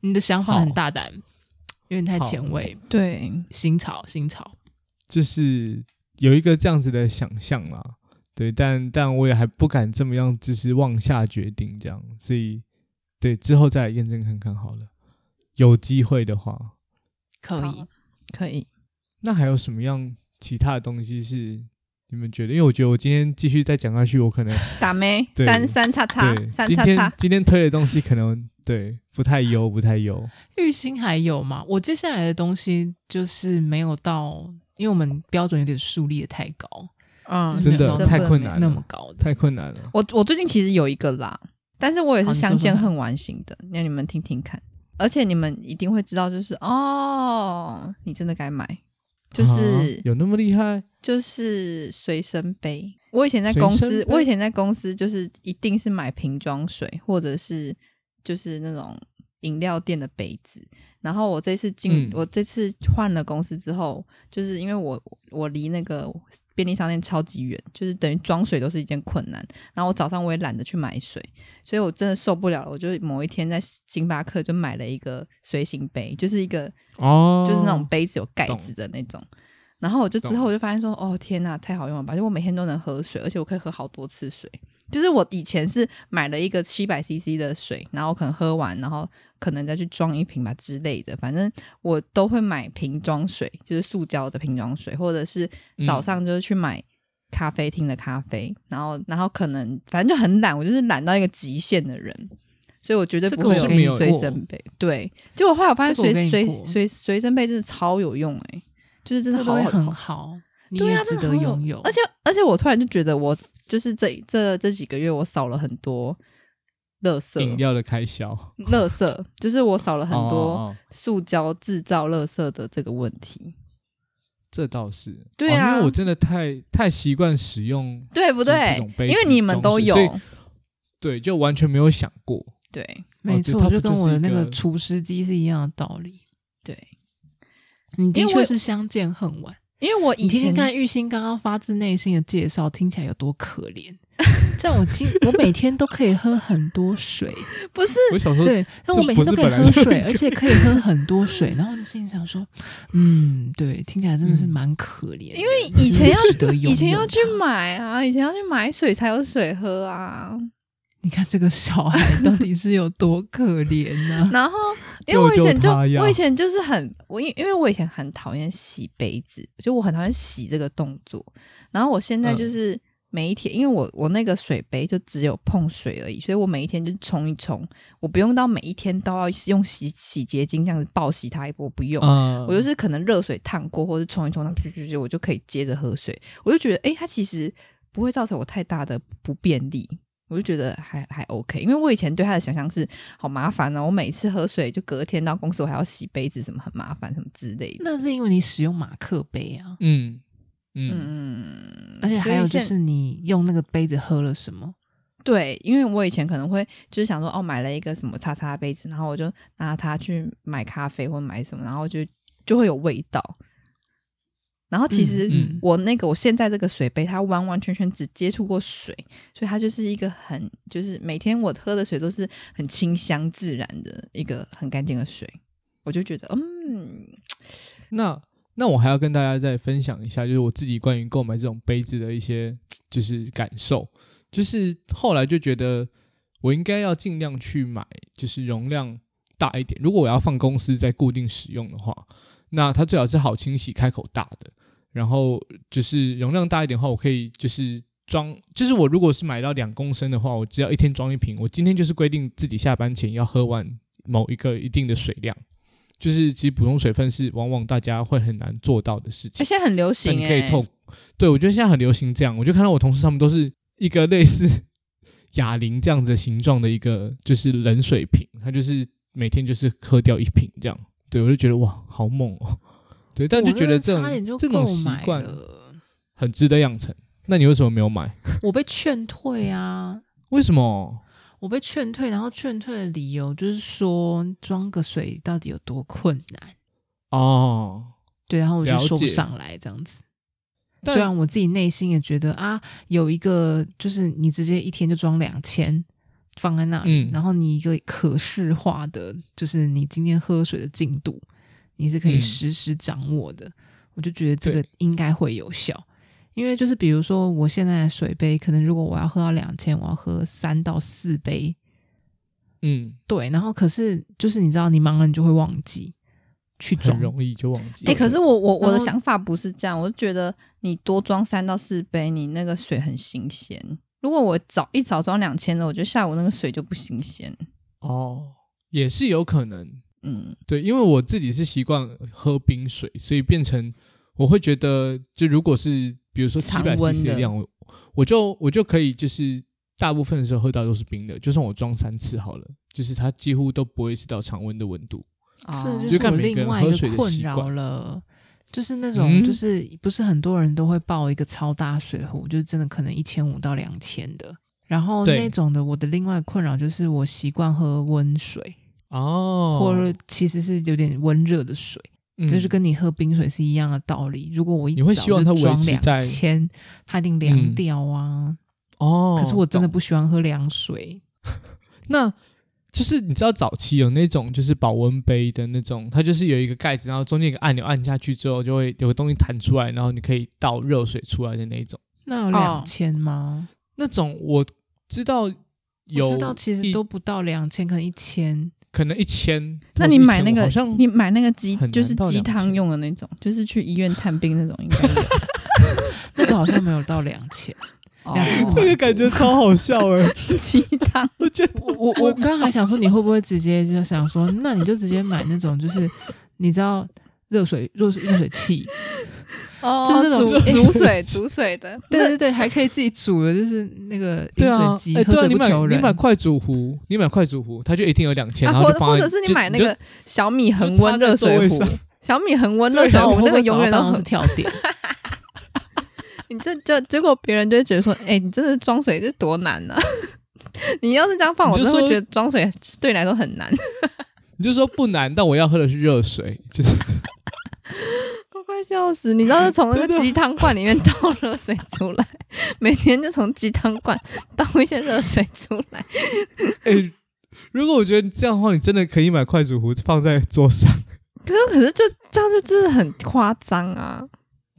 [SPEAKER 2] 你的想法很
[SPEAKER 1] 好
[SPEAKER 2] 大胆，有点太
[SPEAKER 1] 好
[SPEAKER 2] 前卫。
[SPEAKER 3] 对，
[SPEAKER 2] 新潮，新潮。
[SPEAKER 1] 就是有一个这样子的想象啦，对，但但我也还不敢这么样，就是妄下决定这样，所以对之后再来验证看看好了。有机会的话，
[SPEAKER 2] 可以
[SPEAKER 3] 好，可以。
[SPEAKER 1] 那还有什么样其他的东西是你们觉得？因为我觉得我今天继续再讲下去，我可能
[SPEAKER 3] 打咩？
[SPEAKER 1] 对
[SPEAKER 3] 三三叉叉，
[SPEAKER 1] 对
[SPEAKER 3] 三
[SPEAKER 1] 今
[SPEAKER 3] 叉
[SPEAKER 1] 天
[SPEAKER 3] 叉。
[SPEAKER 1] 今天推的东西可能对不太优，不太优。
[SPEAKER 2] 玉兴还有吗？我接下来的东西就是没有到，因为我们标准有点树立的太高，
[SPEAKER 3] 嗯
[SPEAKER 2] 真的
[SPEAKER 1] 太困难了
[SPEAKER 2] 那么高的。
[SPEAKER 1] 太困难了。
[SPEAKER 3] 我我最近其实有一个啦，但是我也
[SPEAKER 2] 好
[SPEAKER 3] 是
[SPEAKER 2] 哦你说
[SPEAKER 3] 相见
[SPEAKER 2] 说看
[SPEAKER 3] 恨晚型的，那你们听听看。而且你们一定会知道，就是哦，你真的该买，就是
[SPEAKER 1] 啊、有那么厉害？
[SPEAKER 3] 就是随身杯。我以前在
[SPEAKER 1] 随
[SPEAKER 3] 公
[SPEAKER 1] 身
[SPEAKER 3] 司，
[SPEAKER 1] 杯
[SPEAKER 3] 我以前在公司就是一定是买瓶装水，或者是就是那种饮料店的杯子。然后我这次进，
[SPEAKER 1] 嗯
[SPEAKER 3] 我这次换了公司之后，就是因为我我离那个便利商店超级远，就是等于装水都是一件困难。然后我早上我也懒得去买水，所以我真的受不了了。我就某一天在星巴克就买了一个随行杯，就是一个
[SPEAKER 1] 哦，
[SPEAKER 3] 就是那种杯子有盖子的那种。然后我就之后我就发现说，哦天呐，太好用了吧！就我每天都能喝水，而且我可以喝好多次水。就是我以前是买了一个七百 CC 的水，然后可能喝完，然后可能再去装一瓶吧之类的。反正我都会买瓶装水，就是塑胶的瓶装水，或者是早上就是去买咖啡厅的咖啡，然后然后可能反正就很懒，我就是懒到一个极限的人，所以我绝对
[SPEAKER 2] 这个
[SPEAKER 3] 不会
[SPEAKER 2] 我
[SPEAKER 1] 跟你
[SPEAKER 3] 有随
[SPEAKER 1] 过
[SPEAKER 3] 身杯。对，结果后来我发现
[SPEAKER 2] 这个我
[SPEAKER 3] 随
[SPEAKER 2] 跟你
[SPEAKER 3] 随
[SPEAKER 2] 过
[SPEAKER 3] 随随身杯真的超有用哎、就是真
[SPEAKER 2] 这
[SPEAKER 3] 的
[SPEAKER 2] 个
[SPEAKER 3] 好
[SPEAKER 2] 东西很好，你
[SPEAKER 3] 对
[SPEAKER 2] 也
[SPEAKER 3] 啊，
[SPEAKER 2] 值
[SPEAKER 3] 真的
[SPEAKER 2] 得
[SPEAKER 3] 好
[SPEAKER 2] 拥有。
[SPEAKER 3] 而且而且我突然就觉得我就是这这这几个月我少了很多垃
[SPEAKER 1] 饮
[SPEAKER 3] 圾，
[SPEAKER 1] 料的开销，
[SPEAKER 3] 垃圾就是我少了很
[SPEAKER 1] 哦哦
[SPEAKER 3] 多
[SPEAKER 1] 哦
[SPEAKER 3] 塑胶制造垃圾的这个问题，
[SPEAKER 1] 这倒是。
[SPEAKER 3] 对
[SPEAKER 1] 哦
[SPEAKER 3] 啊
[SPEAKER 1] 因为我真的太太习惯使用，
[SPEAKER 3] 对不
[SPEAKER 1] 这
[SPEAKER 3] 对
[SPEAKER 1] 种？杯
[SPEAKER 3] 因
[SPEAKER 1] 子
[SPEAKER 3] 为你们都有
[SPEAKER 1] 装水所对，就完全没有想过。
[SPEAKER 3] 对
[SPEAKER 2] 没
[SPEAKER 1] 哦
[SPEAKER 2] 错，
[SPEAKER 1] 对它
[SPEAKER 2] 就
[SPEAKER 1] 不
[SPEAKER 2] 跟我的那
[SPEAKER 1] 就是一
[SPEAKER 2] 个
[SPEAKER 1] 个
[SPEAKER 2] 除湿机是一样的道理。
[SPEAKER 3] 对，
[SPEAKER 2] 你的
[SPEAKER 3] 因为
[SPEAKER 2] 确
[SPEAKER 3] 我
[SPEAKER 2] 是相见恨晚。
[SPEAKER 3] 因为我以
[SPEAKER 2] 你听
[SPEAKER 3] 前
[SPEAKER 2] 听看玉兴刚刚发自内心的介绍，听起来有多可 怜。这样我今我每天都可以喝很多水，
[SPEAKER 3] 不是
[SPEAKER 1] 我小时候
[SPEAKER 2] 对，但我
[SPEAKER 1] 这
[SPEAKER 2] 每
[SPEAKER 1] 不
[SPEAKER 2] 天都
[SPEAKER 1] 是
[SPEAKER 2] 可以
[SPEAKER 1] 本来
[SPEAKER 2] 喝
[SPEAKER 1] 就
[SPEAKER 2] 水，
[SPEAKER 1] 应
[SPEAKER 2] 而且可以喝很多水。然后我就心里想说，嗯，对，听起来真的是
[SPEAKER 1] 嗯
[SPEAKER 2] 蛮可怜的。因
[SPEAKER 3] 以前要
[SPEAKER 2] 值得拥有
[SPEAKER 3] 以前要去
[SPEAKER 2] 它
[SPEAKER 3] 买啊，以前要去买水才有水喝啊。
[SPEAKER 2] 你看这个小孩到底是有多可怜啊呢、
[SPEAKER 3] 然后，因为我以前
[SPEAKER 1] 救
[SPEAKER 3] 就
[SPEAKER 1] 救他呀
[SPEAKER 3] 我以前就是很我因因为我以前很讨厌洗杯子，就我很讨厌洗这个动作。然后我现在就是每一天，因为我我那个水杯就只有碰水而已，所以我每一天就冲一冲，我不用到每一天都要用洗洗洁精这样子暴洗它一波，我不用。
[SPEAKER 1] 嗯
[SPEAKER 3] 我就是可能热水烫过，或者冲一冲，它噗噗噗，我就可以接着喝水。我就觉得，哎、它其实不会造成我太大的不便利，我就觉得还还 OK。因为我以前对它的想象是好麻烦哦呢、我每次喝水就隔天到公司，我还要洗杯子，什么很麻烦，什么之类的。
[SPEAKER 2] 那是因为你使用马克杯啊，
[SPEAKER 1] 嗯嗯
[SPEAKER 3] 嗯，
[SPEAKER 2] 而且还有
[SPEAKER 3] 所
[SPEAKER 2] 就
[SPEAKER 3] 以现
[SPEAKER 2] 是你用那个杯子喝了什么，
[SPEAKER 3] 对，因为我以前可能会就是想说，哦，买了一个什么叉叉杯子，然后我就拿它去买咖啡或买什么，然后就就会有味道。然后其实
[SPEAKER 1] 嗯
[SPEAKER 3] 我那个我现在这个水杯，它完完全全只接触过水，所以它就是一个很就是每天我喝的水都是很清香自然的一个很干净的水，我就觉得嗯，
[SPEAKER 1] 那那我还要跟大家再分享一下，就是我自己关于购买这种杯子的一些就是感受，就是后来就觉得我应该要尽量去买，就是容量大一点。如果我要放公司在固定使用的话，那它最好是好清洗、开口大的，然后就是容量大一点的话，我可以就是。装就是我如果是买到两公升的话，我只要一天装一瓶。我今天就是规定自己下班前要喝完某一个一定的水量，就是其实补充水分是往往大家会很难做到的事
[SPEAKER 3] 哎
[SPEAKER 1] 情。
[SPEAKER 3] 现在很流
[SPEAKER 1] 那
[SPEAKER 3] 行
[SPEAKER 1] 你
[SPEAKER 3] 哎、
[SPEAKER 1] 可
[SPEAKER 2] 欸
[SPEAKER 1] 以透，对我觉得现在很流行这样，我就看到我同事他们都是一个类似 哑铃这样子的形状的一个就是冷水瓶，它就是每天就是喝掉一瓶这样，对我就觉得哇好猛哦，对，但就觉得这
[SPEAKER 2] 我真的差点
[SPEAKER 1] 种
[SPEAKER 2] 就
[SPEAKER 1] 这种
[SPEAKER 2] 购
[SPEAKER 1] 习
[SPEAKER 2] 买
[SPEAKER 1] 惯
[SPEAKER 2] 了
[SPEAKER 1] 很值得养成。那你为什么没有买？
[SPEAKER 2] 我被劝退啊，
[SPEAKER 1] 为什么？
[SPEAKER 2] 我被劝退，然后劝退的理由就是说装个水到底有多困难，
[SPEAKER 1] 哦，
[SPEAKER 2] 对，然后我就
[SPEAKER 1] 了
[SPEAKER 2] 说不
[SPEAKER 1] 解
[SPEAKER 2] 上来这样子。虽
[SPEAKER 1] 但
[SPEAKER 2] 然我自己内心也觉得啊，有一个就是你直接一天就装两千放在那里，
[SPEAKER 1] 嗯
[SPEAKER 2] 然后你一个可视化的，就是你今天喝水的进度，你是可以
[SPEAKER 1] 嗯
[SPEAKER 2] 实时掌握的。我就觉得这个应该会有效，因为就是比如说我现在的水杯，可能如果我要喝到两千，我要喝三到四杯，
[SPEAKER 1] 嗯，
[SPEAKER 2] 对，然后可是就是你知道，你忙了你就会忘记去装
[SPEAKER 1] 很，容易就忘记。
[SPEAKER 3] 哎、可是我我我
[SPEAKER 1] 嗯
[SPEAKER 3] 的
[SPEAKER 2] 然后
[SPEAKER 3] 想法不是这样，我就觉得你多装三到四杯，你那个水很新鲜。如果我早一早装两千的，我觉得下午那个水就不新鲜。
[SPEAKER 1] 哦，也是有可能，
[SPEAKER 3] 嗯，
[SPEAKER 1] 对，因为我自己是习惯喝冰水，所以变成我会觉得，就如果是比如说七
[SPEAKER 3] 常
[SPEAKER 1] 百
[SPEAKER 3] 温
[SPEAKER 1] CC
[SPEAKER 3] 的
[SPEAKER 1] 的量，我我就我就可以就是大部分的时候喝到都是冰的，就算我装三次好了，就是它几乎都不会是到常温的温度。
[SPEAKER 3] 啊哦
[SPEAKER 1] 就
[SPEAKER 2] 这就是是
[SPEAKER 1] 看
[SPEAKER 2] 我
[SPEAKER 1] 每个
[SPEAKER 2] 另
[SPEAKER 1] 人
[SPEAKER 2] 外
[SPEAKER 1] 喝
[SPEAKER 2] 一
[SPEAKER 1] 水
[SPEAKER 2] 个
[SPEAKER 1] 的
[SPEAKER 2] 困
[SPEAKER 1] 习
[SPEAKER 2] 扰
[SPEAKER 1] 惯
[SPEAKER 2] 了，就是那种
[SPEAKER 1] 嗯
[SPEAKER 2] 就是不是很多人都会抱一个超大水壶，就是真的可能一千五到两千的。然后
[SPEAKER 1] 对
[SPEAKER 2] 那种的，我的另外困扰就是我习惯喝温水，
[SPEAKER 1] 哦
[SPEAKER 2] 或者其实是有点温热的水，
[SPEAKER 1] 嗯
[SPEAKER 2] 这就跟你喝冰水是一样的道理。如果我一
[SPEAKER 1] 你会
[SPEAKER 2] 早
[SPEAKER 1] 希望
[SPEAKER 2] 就
[SPEAKER 1] 它维
[SPEAKER 2] 装
[SPEAKER 1] 持
[SPEAKER 2] 两
[SPEAKER 1] 在
[SPEAKER 2] 千，它一定
[SPEAKER 1] 嗯
[SPEAKER 2] 凉掉啊。
[SPEAKER 1] 哦，
[SPEAKER 2] 可是我真的
[SPEAKER 1] 懂
[SPEAKER 2] 不喜欢喝凉水，
[SPEAKER 1] 那。就是你知道早期有那种就是保温杯的那种，它就是有一个盖子，然后中间有一个按钮，按下去之后就会有个东西弹出来，然后你可以倒热水出来的那一种。
[SPEAKER 2] 那有
[SPEAKER 3] 哦
[SPEAKER 2] 两千吗？
[SPEAKER 1] 那种我知道有，
[SPEAKER 2] 我知道其实
[SPEAKER 1] 一
[SPEAKER 2] 都不到两千，可能一千。
[SPEAKER 1] 可能一千，
[SPEAKER 3] 那你买那
[SPEAKER 1] 或
[SPEAKER 3] 个
[SPEAKER 1] 是一千五好像
[SPEAKER 3] 你买那个鸡
[SPEAKER 1] 很难
[SPEAKER 3] 就是
[SPEAKER 1] 到
[SPEAKER 3] 鸡汤
[SPEAKER 1] 2000
[SPEAKER 3] 用的那种，就是去医院探病那种，应该有
[SPEAKER 2] 那个好像没有到两千。
[SPEAKER 3] 哦
[SPEAKER 1] 那个感觉超好笑 哎、
[SPEAKER 3] 鸡汤。
[SPEAKER 1] 我觉得
[SPEAKER 2] 我我我刚还想说，你会不会直接就想说，那你就直接买那种，就是你知道热水热水热水器，
[SPEAKER 3] 哦
[SPEAKER 2] 就是那种
[SPEAKER 3] 煮煮水煮水的，
[SPEAKER 2] 对对对，还可以自己煮的，就是那个饮
[SPEAKER 1] 对啊
[SPEAKER 2] 水，机，
[SPEAKER 1] 哎
[SPEAKER 2] 喝
[SPEAKER 1] 对啊，
[SPEAKER 2] 水
[SPEAKER 1] 你
[SPEAKER 2] 不
[SPEAKER 1] 买
[SPEAKER 2] 求
[SPEAKER 1] 你
[SPEAKER 2] 人。
[SPEAKER 1] 买快煮壶，你买快煮壶，它就一定有两千、
[SPEAKER 3] 啊，
[SPEAKER 1] 然后
[SPEAKER 3] 或
[SPEAKER 1] 就放
[SPEAKER 3] 或
[SPEAKER 1] 在
[SPEAKER 3] 者是你
[SPEAKER 1] 就
[SPEAKER 3] 买那
[SPEAKER 1] 就
[SPEAKER 3] 个小米恒温热
[SPEAKER 1] 就
[SPEAKER 3] 水
[SPEAKER 1] 插在
[SPEAKER 3] 壶
[SPEAKER 1] 座位上，
[SPEAKER 3] 小米恒温热
[SPEAKER 2] 对
[SPEAKER 3] 水
[SPEAKER 2] 啊我会
[SPEAKER 3] 壶那
[SPEAKER 2] 不
[SPEAKER 3] 个
[SPEAKER 2] 会
[SPEAKER 3] 永远
[SPEAKER 2] 搞到
[SPEAKER 3] 都
[SPEAKER 2] 办公
[SPEAKER 3] 很
[SPEAKER 2] 室跳 电，
[SPEAKER 3] 你这就结果别人就会觉得说，哎、你真的装水这多难呢、 你要是这样放，我
[SPEAKER 1] 你
[SPEAKER 3] 真
[SPEAKER 1] 就
[SPEAKER 3] 的
[SPEAKER 1] 说
[SPEAKER 3] 会觉得装水对你来说 很难。
[SPEAKER 1] 你就说不难，但我要喝的是热水， 就是
[SPEAKER 3] 我快笑死！你知道，从那
[SPEAKER 1] 真
[SPEAKER 3] 个
[SPEAKER 1] 的
[SPEAKER 3] 鸡汤罐里面 倒热水出来，每天就从鸡汤罐倒一些热水出来。
[SPEAKER 1] 哎、如果我觉得这样的话，你真的可以买快煮壶放在桌上，
[SPEAKER 3] 可是，可是就这样就真的很夸张啊！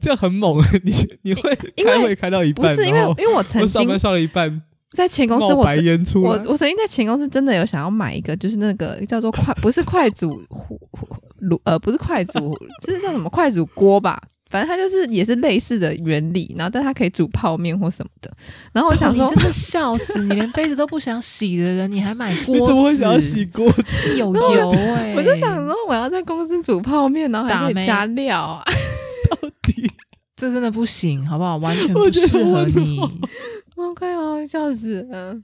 [SPEAKER 1] 这样很猛。 你你会
[SPEAKER 3] 因为
[SPEAKER 1] 开会开到一
[SPEAKER 3] 不
[SPEAKER 1] 半，
[SPEAKER 3] 是因为
[SPEAKER 1] 然后
[SPEAKER 3] 因为我曾
[SPEAKER 1] 我上
[SPEAKER 3] 经
[SPEAKER 1] 班上了一半，
[SPEAKER 3] 在前公司
[SPEAKER 1] 冒
[SPEAKER 3] 我
[SPEAKER 1] 白
[SPEAKER 3] 真。
[SPEAKER 1] 烟出
[SPEAKER 3] 我
[SPEAKER 1] 来。
[SPEAKER 3] 我曾经在前公司真的有想要买一个，就是那个叫做快不是快煮壶炉呃不是快煮， 就是叫什么快煮锅吧，反正它就是也是类似的原理，然后但它可以煮泡面或什么的。然后我想
[SPEAKER 2] 你
[SPEAKER 3] 说，
[SPEAKER 2] 真的笑死！你连杯子都不想洗的人，你还买 锅
[SPEAKER 1] 你
[SPEAKER 2] 子？
[SPEAKER 1] 怎么会想要洗锅子？
[SPEAKER 2] 有油哎、
[SPEAKER 3] 我就想说我要在公司煮泡面，然后还可
[SPEAKER 2] 打
[SPEAKER 3] 以
[SPEAKER 2] 妹
[SPEAKER 3] 加料，
[SPEAKER 2] 这真的不行，好不好？ 完全
[SPEAKER 1] 我
[SPEAKER 2] 不
[SPEAKER 1] 觉得
[SPEAKER 2] 适合
[SPEAKER 1] 我
[SPEAKER 2] 你。
[SPEAKER 3] 我快要哦笑死嗯了！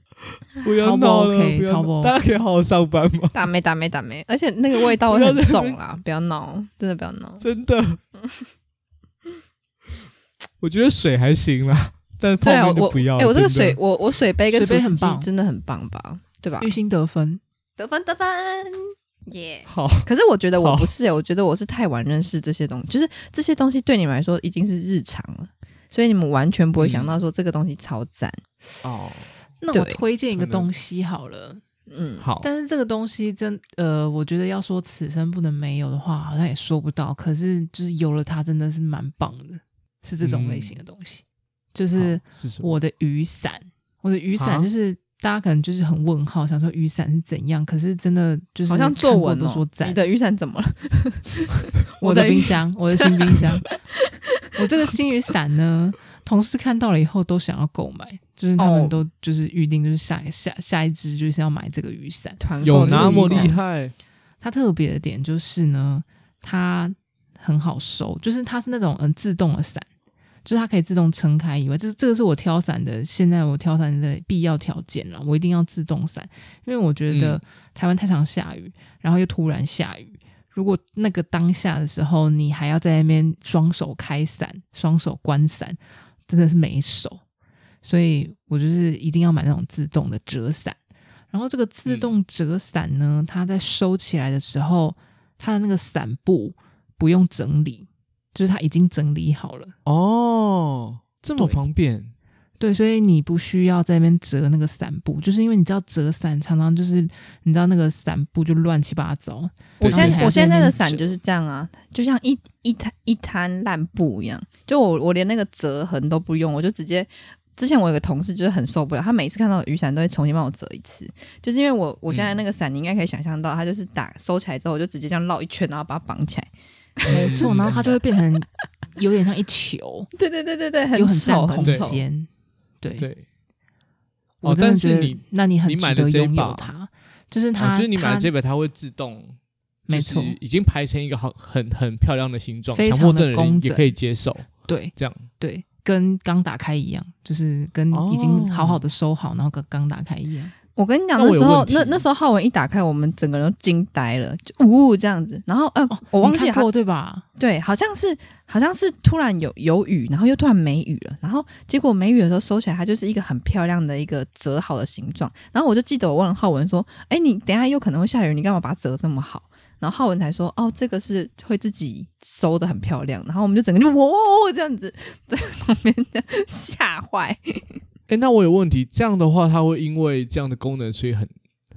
[SPEAKER 1] 不要
[SPEAKER 2] 超不
[SPEAKER 1] 闹了，
[SPEAKER 2] OK，
[SPEAKER 1] 不要
[SPEAKER 2] 超不
[SPEAKER 1] 闹大家可以好好上班 吗？
[SPEAKER 3] 打没打没打没，而且那个味道会很重啦，不要闹，真的不要闹。
[SPEAKER 1] 真的。我觉得水还行啦，但泡
[SPEAKER 3] 对啊，
[SPEAKER 1] 面就
[SPEAKER 3] 我
[SPEAKER 1] 不要
[SPEAKER 3] 哎、
[SPEAKER 1] 了。
[SPEAKER 3] 我这个
[SPEAKER 1] 真的
[SPEAKER 3] 水，我我水杯
[SPEAKER 2] 水
[SPEAKER 3] 跟厨
[SPEAKER 2] 杯
[SPEAKER 3] 师
[SPEAKER 2] 很
[SPEAKER 3] 机
[SPEAKER 2] 棒
[SPEAKER 3] 真的很棒吧，对吧
[SPEAKER 2] 玉？鑫得分，
[SPEAKER 3] 得分得分。耶、
[SPEAKER 1] 好，
[SPEAKER 3] 可是我觉得我
[SPEAKER 1] 好
[SPEAKER 3] 不是、欸，我觉得我是太晚认识这些东西，就是这些东西对你们来说已经是日常了，所以你们完全不会
[SPEAKER 2] 嗯
[SPEAKER 3] 想到说这个东西超赞。
[SPEAKER 1] 哦，
[SPEAKER 2] 那
[SPEAKER 3] 对
[SPEAKER 2] 我推荐一个
[SPEAKER 1] 可能
[SPEAKER 2] 东西好了，
[SPEAKER 3] 嗯，
[SPEAKER 1] 好，
[SPEAKER 2] 但是这个东西真呃，我觉得要说此生不能没有的话，好像也说不到。可是就是有了它，真的是蛮棒的，是这种类型的东西。就是
[SPEAKER 1] 好是什么？
[SPEAKER 2] 我的雨伞，我的雨伞
[SPEAKER 1] 啊
[SPEAKER 2] 就是、大家可能就是很问号，想说雨伞是怎样？可是真的就是
[SPEAKER 3] 好像
[SPEAKER 2] 看
[SPEAKER 3] 作
[SPEAKER 2] 过
[SPEAKER 3] 文
[SPEAKER 2] 都
[SPEAKER 3] 哦、
[SPEAKER 2] 说赞
[SPEAKER 3] 你，的雨伞怎么了？
[SPEAKER 2] 我
[SPEAKER 3] 的
[SPEAKER 2] 的
[SPEAKER 3] 雨
[SPEAKER 2] 冰箱，我 的新冰箱，我这个新雨伞呢，同事看到了以后都想要购买，就是他
[SPEAKER 3] 哦
[SPEAKER 2] 们都就是预定，就是下下下一支就是要买这个雨伞。
[SPEAKER 3] 团购
[SPEAKER 1] 有
[SPEAKER 3] 的
[SPEAKER 1] 那么
[SPEAKER 3] 雨伞
[SPEAKER 1] 厉害？
[SPEAKER 2] 它特别的点就是呢，它很好收，就是它是那种嗯自动的伞，就是它可以自动撑开以外，这是这个是我挑伞的现在我挑伞的必要条件了，我一定要自动伞，因为我觉得
[SPEAKER 1] 嗯
[SPEAKER 2] 台湾太常下雨，然后又突然下雨。如果那个当下的时候，你还要在那边双手开伞、双手关伞，真的是没手。所以我就是一定要买那种自动的折伞。然后这个自动折伞呢，它在收起来的时候，它的那个伞布不用整理，就是它已经整理好了。
[SPEAKER 1] 哦，这么
[SPEAKER 2] 对
[SPEAKER 1] 方便，
[SPEAKER 2] 对，所以你不需要在那边折那个伞布，就是因为你知道折伞常常就是你知道那个伞布就乱七八糟。
[SPEAKER 3] 我
[SPEAKER 1] 对
[SPEAKER 3] 现
[SPEAKER 1] 你
[SPEAKER 3] 在
[SPEAKER 1] 还
[SPEAKER 3] 我现在的伞
[SPEAKER 2] 是。
[SPEAKER 3] 就是这样啊，就像一一滩一滩烂布一样，就我我连那个折痕都不用，我就直接。之前我有个同事就是很受不了，他每次看到雨伞都会重新帮我折一次，就是因为我我现在那个伞，你应该可以想象到，它就是打收起来之后，我就直接这样绕一圈，然后把它绑起来。
[SPEAKER 2] 没错，然后它就会变成有点像一球，
[SPEAKER 3] 对对对对对，
[SPEAKER 2] 又
[SPEAKER 3] 很
[SPEAKER 2] 很
[SPEAKER 3] 丑
[SPEAKER 2] 占
[SPEAKER 3] 很
[SPEAKER 2] 空
[SPEAKER 3] 丑。
[SPEAKER 2] 间。对，
[SPEAKER 1] 对，
[SPEAKER 2] 我
[SPEAKER 1] 哦
[SPEAKER 2] 真的
[SPEAKER 1] 但
[SPEAKER 2] 觉
[SPEAKER 1] 是
[SPEAKER 2] 得，
[SPEAKER 1] 你
[SPEAKER 2] 那你很
[SPEAKER 1] 你买
[SPEAKER 2] 值
[SPEAKER 1] 的
[SPEAKER 2] 得
[SPEAKER 1] 这一
[SPEAKER 2] 拥
[SPEAKER 1] 把
[SPEAKER 2] 有它，就是它，
[SPEAKER 1] 哦就是你买
[SPEAKER 2] 它
[SPEAKER 1] 的这本，它会自动。
[SPEAKER 2] 没
[SPEAKER 1] 就是
[SPEAKER 2] 错
[SPEAKER 1] 已经排成一个好很很漂亮的形状，
[SPEAKER 2] 非
[SPEAKER 1] 强
[SPEAKER 2] 常
[SPEAKER 1] 迫症的
[SPEAKER 2] 的工
[SPEAKER 1] 人也
[SPEAKER 2] 整
[SPEAKER 1] 可以接受。
[SPEAKER 2] 对
[SPEAKER 1] 这样
[SPEAKER 2] 对，跟刚打开一样，就是跟
[SPEAKER 1] 哦
[SPEAKER 2] 已经好好的收好，然后跟刚打开一样。
[SPEAKER 3] 我跟你讲，
[SPEAKER 1] 那我
[SPEAKER 3] 那
[SPEAKER 1] 有
[SPEAKER 3] 时候
[SPEAKER 1] 问题
[SPEAKER 3] 那那时候浩文一打开，我们整个人都惊呆了，就呜呜这样子。然后呃，我忘记
[SPEAKER 2] 你
[SPEAKER 3] 他
[SPEAKER 2] 看过对吧？
[SPEAKER 3] 对，好像是好像是突然有有雨，然后又突然没雨了，然后结果没雨的时候收起来，它就是一个很漂亮的一个折好的形状。然后我就记得我问浩文说：“哎，你等一下又可能会下雨，你干嘛把它折这么好？”然后浩文才说：“哦，这个是会自己收的，很漂亮。”然后我们就整个就哇、这样子在旁边这样 吓坏。
[SPEAKER 1] 哎，那我有问题，这样的话，它会因为这样的功能，所以很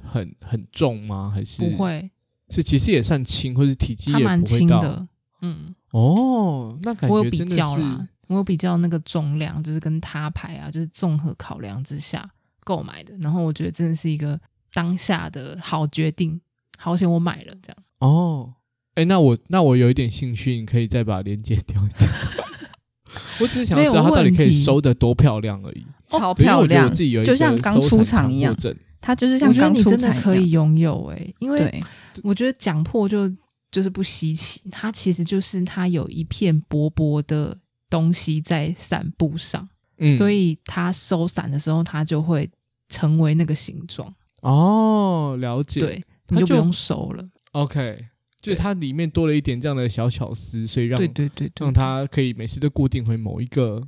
[SPEAKER 1] 很很重吗？还是
[SPEAKER 2] 不？会，
[SPEAKER 1] 是其实也算轻，或是体积
[SPEAKER 2] 它
[SPEAKER 1] 也
[SPEAKER 2] 蛮
[SPEAKER 1] 不会
[SPEAKER 2] 轻
[SPEAKER 1] 到。
[SPEAKER 2] 的。嗯，
[SPEAKER 1] 哦，那感
[SPEAKER 2] 我
[SPEAKER 1] 觉
[SPEAKER 2] 有比
[SPEAKER 1] 真的
[SPEAKER 2] 较
[SPEAKER 1] 是
[SPEAKER 2] 啦，我有比较那个重量，就是跟他牌啊，就是综合考量之下购买的。然后我觉得真的是一个当下的好决定，好险我买了这样。
[SPEAKER 1] 哦。哎，那我那我有一点兴趣，你可以再把链接掉一点。 我只是想
[SPEAKER 2] 没
[SPEAKER 1] 要
[SPEAKER 2] 有
[SPEAKER 1] 知道它到底可以
[SPEAKER 2] 问题
[SPEAKER 1] 收的多漂亮而已。
[SPEAKER 2] 哦
[SPEAKER 3] 超
[SPEAKER 1] 对因为
[SPEAKER 3] 漂
[SPEAKER 1] 我觉得
[SPEAKER 3] 亮
[SPEAKER 1] 我自己有一
[SPEAKER 3] 就
[SPEAKER 1] 个
[SPEAKER 3] 像刚
[SPEAKER 1] 收
[SPEAKER 3] 出
[SPEAKER 1] 藏
[SPEAKER 3] 厂
[SPEAKER 1] 强
[SPEAKER 3] 一
[SPEAKER 1] 迫
[SPEAKER 3] 样
[SPEAKER 1] 症
[SPEAKER 3] 它就是像
[SPEAKER 2] 我觉得
[SPEAKER 3] 刚
[SPEAKER 2] 你
[SPEAKER 3] 出
[SPEAKER 2] 真的
[SPEAKER 3] 产
[SPEAKER 2] 可
[SPEAKER 3] 一
[SPEAKER 2] 以
[SPEAKER 3] 样。
[SPEAKER 2] 拥有哎、因为
[SPEAKER 3] 对，
[SPEAKER 2] 我觉得讲破就就是不稀奇，它其实就是它有一片薄薄的东西在伞布上，
[SPEAKER 1] 嗯，
[SPEAKER 2] 所以它收伞的时候，它就会成为那个形状，
[SPEAKER 1] 哦，了解。
[SPEAKER 2] 对，
[SPEAKER 1] 它
[SPEAKER 2] 你就不
[SPEAKER 1] 就
[SPEAKER 2] 用收了。
[SPEAKER 1] OK，就是它里面多了一点这样的小巧思，所以让
[SPEAKER 2] 对对对对
[SPEAKER 1] 让，它可以每次都固定回某一个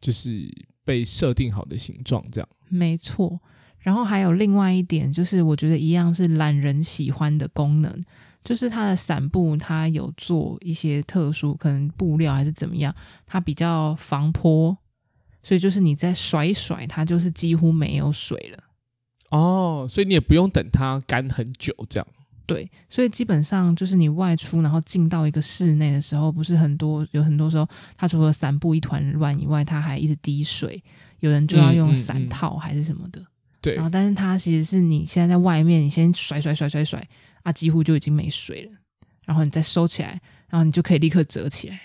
[SPEAKER 1] 就是被设定好的形状，这样。
[SPEAKER 2] 没错。然后还有另外一点，就是我觉得一样是懒人喜欢的功能，就是它的伞布，它有做一些特殊，可能布料还是怎么样，它比较防泼，所以就是你再甩一甩，它就是几乎没有水了。
[SPEAKER 1] 哦，所以你也不用等它干很久，这样。
[SPEAKER 2] 对，所以基本上就是你外出，然后进到一个室内的时候，不是很多有很多时候，它除了伞布一团乱以外，它还一直滴水，有人就
[SPEAKER 1] 嗯
[SPEAKER 2] 要
[SPEAKER 1] 嗯
[SPEAKER 2] 用
[SPEAKER 1] 嗯
[SPEAKER 2] 伞套还是什么的。
[SPEAKER 1] 对
[SPEAKER 2] 然，后，但是它其实是你现在在外面，你先甩甩甩甩甩啊，几乎就已经没水了。然后你再收起来，然后你就可以立刻折起来，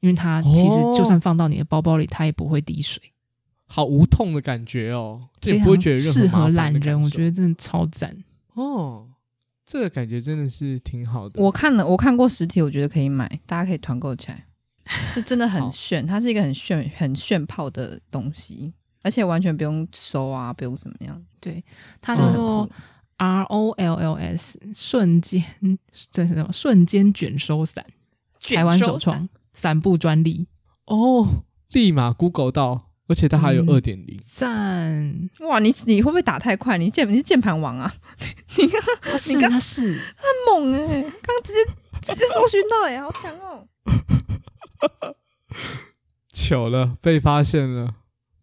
[SPEAKER 2] 因为它其实
[SPEAKER 1] 哦
[SPEAKER 2] 就算放到你的包包里，它也不会滴水，
[SPEAKER 1] 好无痛的感觉哦，就也
[SPEAKER 2] 非常
[SPEAKER 1] 不会觉得任何
[SPEAKER 2] 啊适合
[SPEAKER 1] 麻烦
[SPEAKER 2] 懒
[SPEAKER 1] 的
[SPEAKER 2] 人，
[SPEAKER 1] 感
[SPEAKER 2] 我
[SPEAKER 1] 受
[SPEAKER 2] 觉得真的超赞。
[SPEAKER 1] 哦，这个感觉真的是挺好的。
[SPEAKER 3] 我看了，我看过实体，我觉得可以买，大家可以团购 起来，是真的很
[SPEAKER 1] 好
[SPEAKER 3] 炫，它是一个很炫、很炫炮的东西，而且完全不用收啊，不用怎么样，
[SPEAKER 2] 对，它
[SPEAKER 3] 真
[SPEAKER 2] 叫
[SPEAKER 3] 的很
[SPEAKER 2] 做
[SPEAKER 3] 酷。
[SPEAKER 2] R O L L S 瞬间，这是什么？瞬间卷收伞，台湾首
[SPEAKER 3] 卷收伞
[SPEAKER 2] 创伞布专利。
[SPEAKER 1] 哦，立马 Google 到，而且它还有
[SPEAKER 2] 嗯
[SPEAKER 1] 二点零。
[SPEAKER 2] 赞，
[SPEAKER 3] 哇，你你会不会打太快？你键你是键盘王啊，
[SPEAKER 2] 它是
[SPEAKER 3] 刚
[SPEAKER 2] 它是，
[SPEAKER 3] 很猛哎、刚直接直接搜寻到哎、好强哦！
[SPEAKER 1] 糗了，被发现了，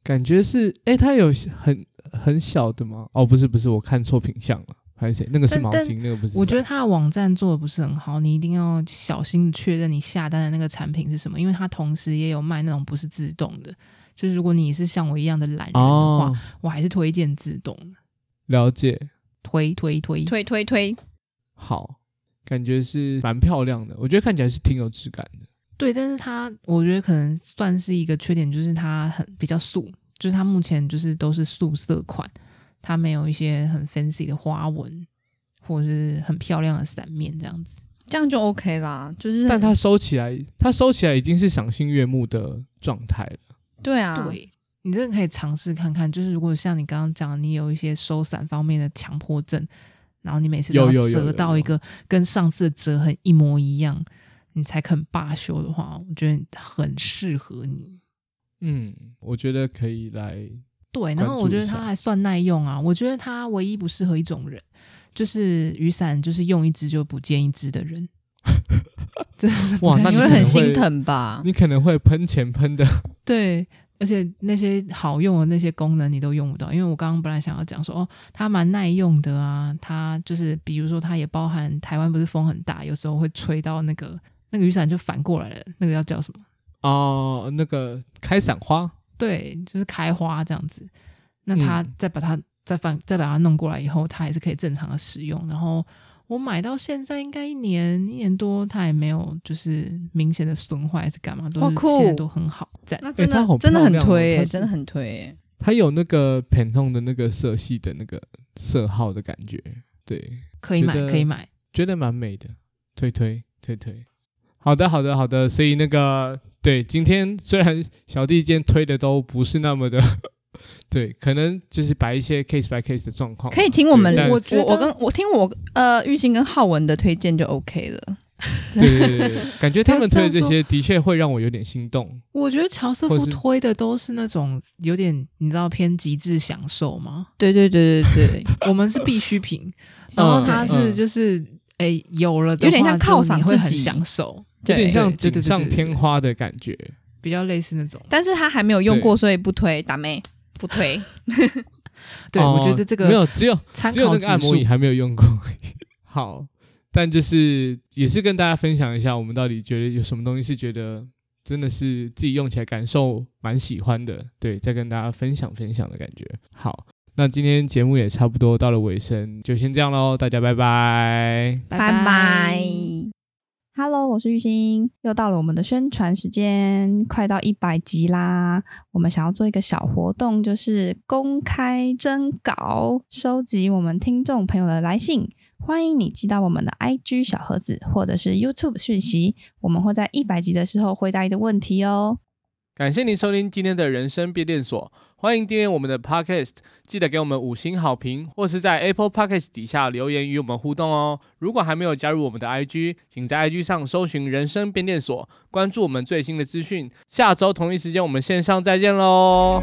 [SPEAKER 1] 感觉是哎、它有很很小的吗？哦，不是不是，我看错品相了，还是谁？那个是
[SPEAKER 2] 但
[SPEAKER 1] 毛
[SPEAKER 2] 但
[SPEAKER 1] 巾，那个不是伞。
[SPEAKER 2] 我觉得它的网站做的不是很好，你一定要小心确认你下单的那个产品是什么，因为它同时也有卖那种不是自动的，就是如果你是像我一样的懒人的话，
[SPEAKER 1] 哦，
[SPEAKER 2] 我还是推荐自动的，
[SPEAKER 1] 了解，
[SPEAKER 2] 推推推，
[SPEAKER 3] 推推推，
[SPEAKER 1] 好，感觉是蛮漂亮的，我觉得看起来是挺有质感的。
[SPEAKER 2] 对，但是它我觉得可能算是一个缺点，就是它很比较素，就是它目前就是都是素色款，它没有一些很 fancy 的花纹或者是很漂亮的伞面这样子。
[SPEAKER 3] 这样就 OK 啦。就是，
[SPEAKER 1] 但它收起来，它收起来已经是赏心悦目的状态了。
[SPEAKER 3] 对啊，
[SPEAKER 2] 对你真的可以尝试看看，就是如果像你刚刚讲的，你有一些收伞方面的强迫症，然后你每次都
[SPEAKER 1] 有有
[SPEAKER 2] 要
[SPEAKER 1] 有有
[SPEAKER 2] 折到一个跟上次的折痕一模一样，你才肯罢休的话，我觉得很适合你。
[SPEAKER 1] 嗯，我觉得可以来，
[SPEAKER 2] 对，
[SPEAKER 1] 关
[SPEAKER 2] 然后
[SPEAKER 1] 注
[SPEAKER 2] 我觉
[SPEAKER 1] 一
[SPEAKER 2] 得它
[SPEAKER 1] 下
[SPEAKER 2] 还算耐用啊。我觉得它唯一不适合一种人，就是雨伞就是用一只就不见一只的人。 真的不
[SPEAKER 1] 哇
[SPEAKER 2] 太
[SPEAKER 1] 那
[SPEAKER 3] 你
[SPEAKER 2] 适
[SPEAKER 3] 会
[SPEAKER 2] 合
[SPEAKER 3] 很
[SPEAKER 1] 幸
[SPEAKER 3] 心疼吧？
[SPEAKER 1] 你可能会喷钱喷的。
[SPEAKER 2] 对，而且那些好用的那些功能你都用不到，因为我刚刚本来想要讲说，哦，它蛮耐用的啊，它就是比如说它也包含台湾不是风很大，有时候会吹到那个那个雨伞就反过来了，那个要叫什么？
[SPEAKER 1] 哦，那个开伞花，
[SPEAKER 2] 对，就是开花这样子。那它
[SPEAKER 1] 嗯
[SPEAKER 2] 再把它、再反再把它弄过来以后，它还是可以正常的使用。然后我买到现在应该一年一年多，它也没有就是明显的损坏还是干嘛，都
[SPEAKER 3] 好
[SPEAKER 2] 是
[SPEAKER 3] 酷
[SPEAKER 2] 现在都很好。赞，
[SPEAKER 3] 那真的、
[SPEAKER 1] 它好
[SPEAKER 3] 真的很
[SPEAKER 1] 漂亮哦
[SPEAKER 3] 推、
[SPEAKER 1] 它
[SPEAKER 3] 欸，
[SPEAKER 1] 是
[SPEAKER 3] 真的很推、欸。
[SPEAKER 1] 它有那个 Pantone 的那个色系的那个色号的感觉，对，
[SPEAKER 2] 可以买
[SPEAKER 1] 觉得
[SPEAKER 2] 可以买。
[SPEAKER 1] 觉得蛮美的，推推推推。好的，好的，好的。所以那个对，今天虽然小弟今天推的都不是那么的，对，可能就是摆一些 case by case 的状况嘛，
[SPEAKER 3] 可以听我们
[SPEAKER 1] 对，但
[SPEAKER 2] 我
[SPEAKER 3] 我
[SPEAKER 2] 觉得
[SPEAKER 3] 我跟我听我呃玉兴跟浩文的推荐就 OK 了。
[SPEAKER 1] 对对对对，感觉他们推的这
[SPEAKER 2] 不要这
[SPEAKER 1] 些的确会让我有点心动。
[SPEAKER 2] 我觉得乔瑟
[SPEAKER 1] 或
[SPEAKER 2] 夫
[SPEAKER 1] 是
[SPEAKER 2] 推的都是那种有点你知道偏极致享受吗？
[SPEAKER 3] 对对对对对，
[SPEAKER 2] 我们是必 需品， 然后它是
[SPEAKER 1] 嗯
[SPEAKER 2] 就是哎、有了的
[SPEAKER 3] 有点
[SPEAKER 2] 话
[SPEAKER 3] 像
[SPEAKER 2] 就
[SPEAKER 3] 犒赏
[SPEAKER 2] 你会
[SPEAKER 3] 自
[SPEAKER 2] 很
[SPEAKER 3] 己
[SPEAKER 2] 享受，
[SPEAKER 1] 有点
[SPEAKER 3] 对
[SPEAKER 1] 像
[SPEAKER 2] 对对
[SPEAKER 1] 锦
[SPEAKER 2] 对
[SPEAKER 1] 上
[SPEAKER 2] 对对
[SPEAKER 1] 添花的感觉。
[SPEAKER 2] 比较类似那种。
[SPEAKER 3] 但是他还没有用过，所以不推，打妹不推。
[SPEAKER 2] 对，
[SPEAKER 1] 哦
[SPEAKER 2] 我觉得这
[SPEAKER 1] 没
[SPEAKER 2] 个
[SPEAKER 1] 有，只有
[SPEAKER 2] 参
[SPEAKER 1] 只有
[SPEAKER 2] 考
[SPEAKER 1] 那
[SPEAKER 2] 指
[SPEAKER 1] 个按摩
[SPEAKER 2] 数
[SPEAKER 1] 椅还没有用过。 好，但就是也是跟大家分享一下，我们到底觉得有什么东西是觉得真的是自己用起来感受蛮喜欢的，对，再跟大家分享分享的感觉。好，那今天节目也差不多到了尾声，就先这样喽，大家拜拜。
[SPEAKER 2] 拜
[SPEAKER 3] 拜拜。
[SPEAKER 4] Hello，我是玉兴，又到了我们的宣传时间，快到一百集啦！我们想要做一个小活动，就是公开征稿，收集我们听众朋友的来信。欢迎你寄到我们的 IG 小盒子或者是 YouTube 讯息，我们会在一百集的时候回答你的问题哦。
[SPEAKER 1] 感谢您收听今天的人生变电所，欢迎订阅我们的 Podcast，记得给我们五星好评，或是在 Apple Podcast 底下留言与我们互动哦。如果还没有加入我们的 IG，请在 IG 上搜寻“人生变电所”，关注我们最新的资讯。下周同一时间我们线上再见喽。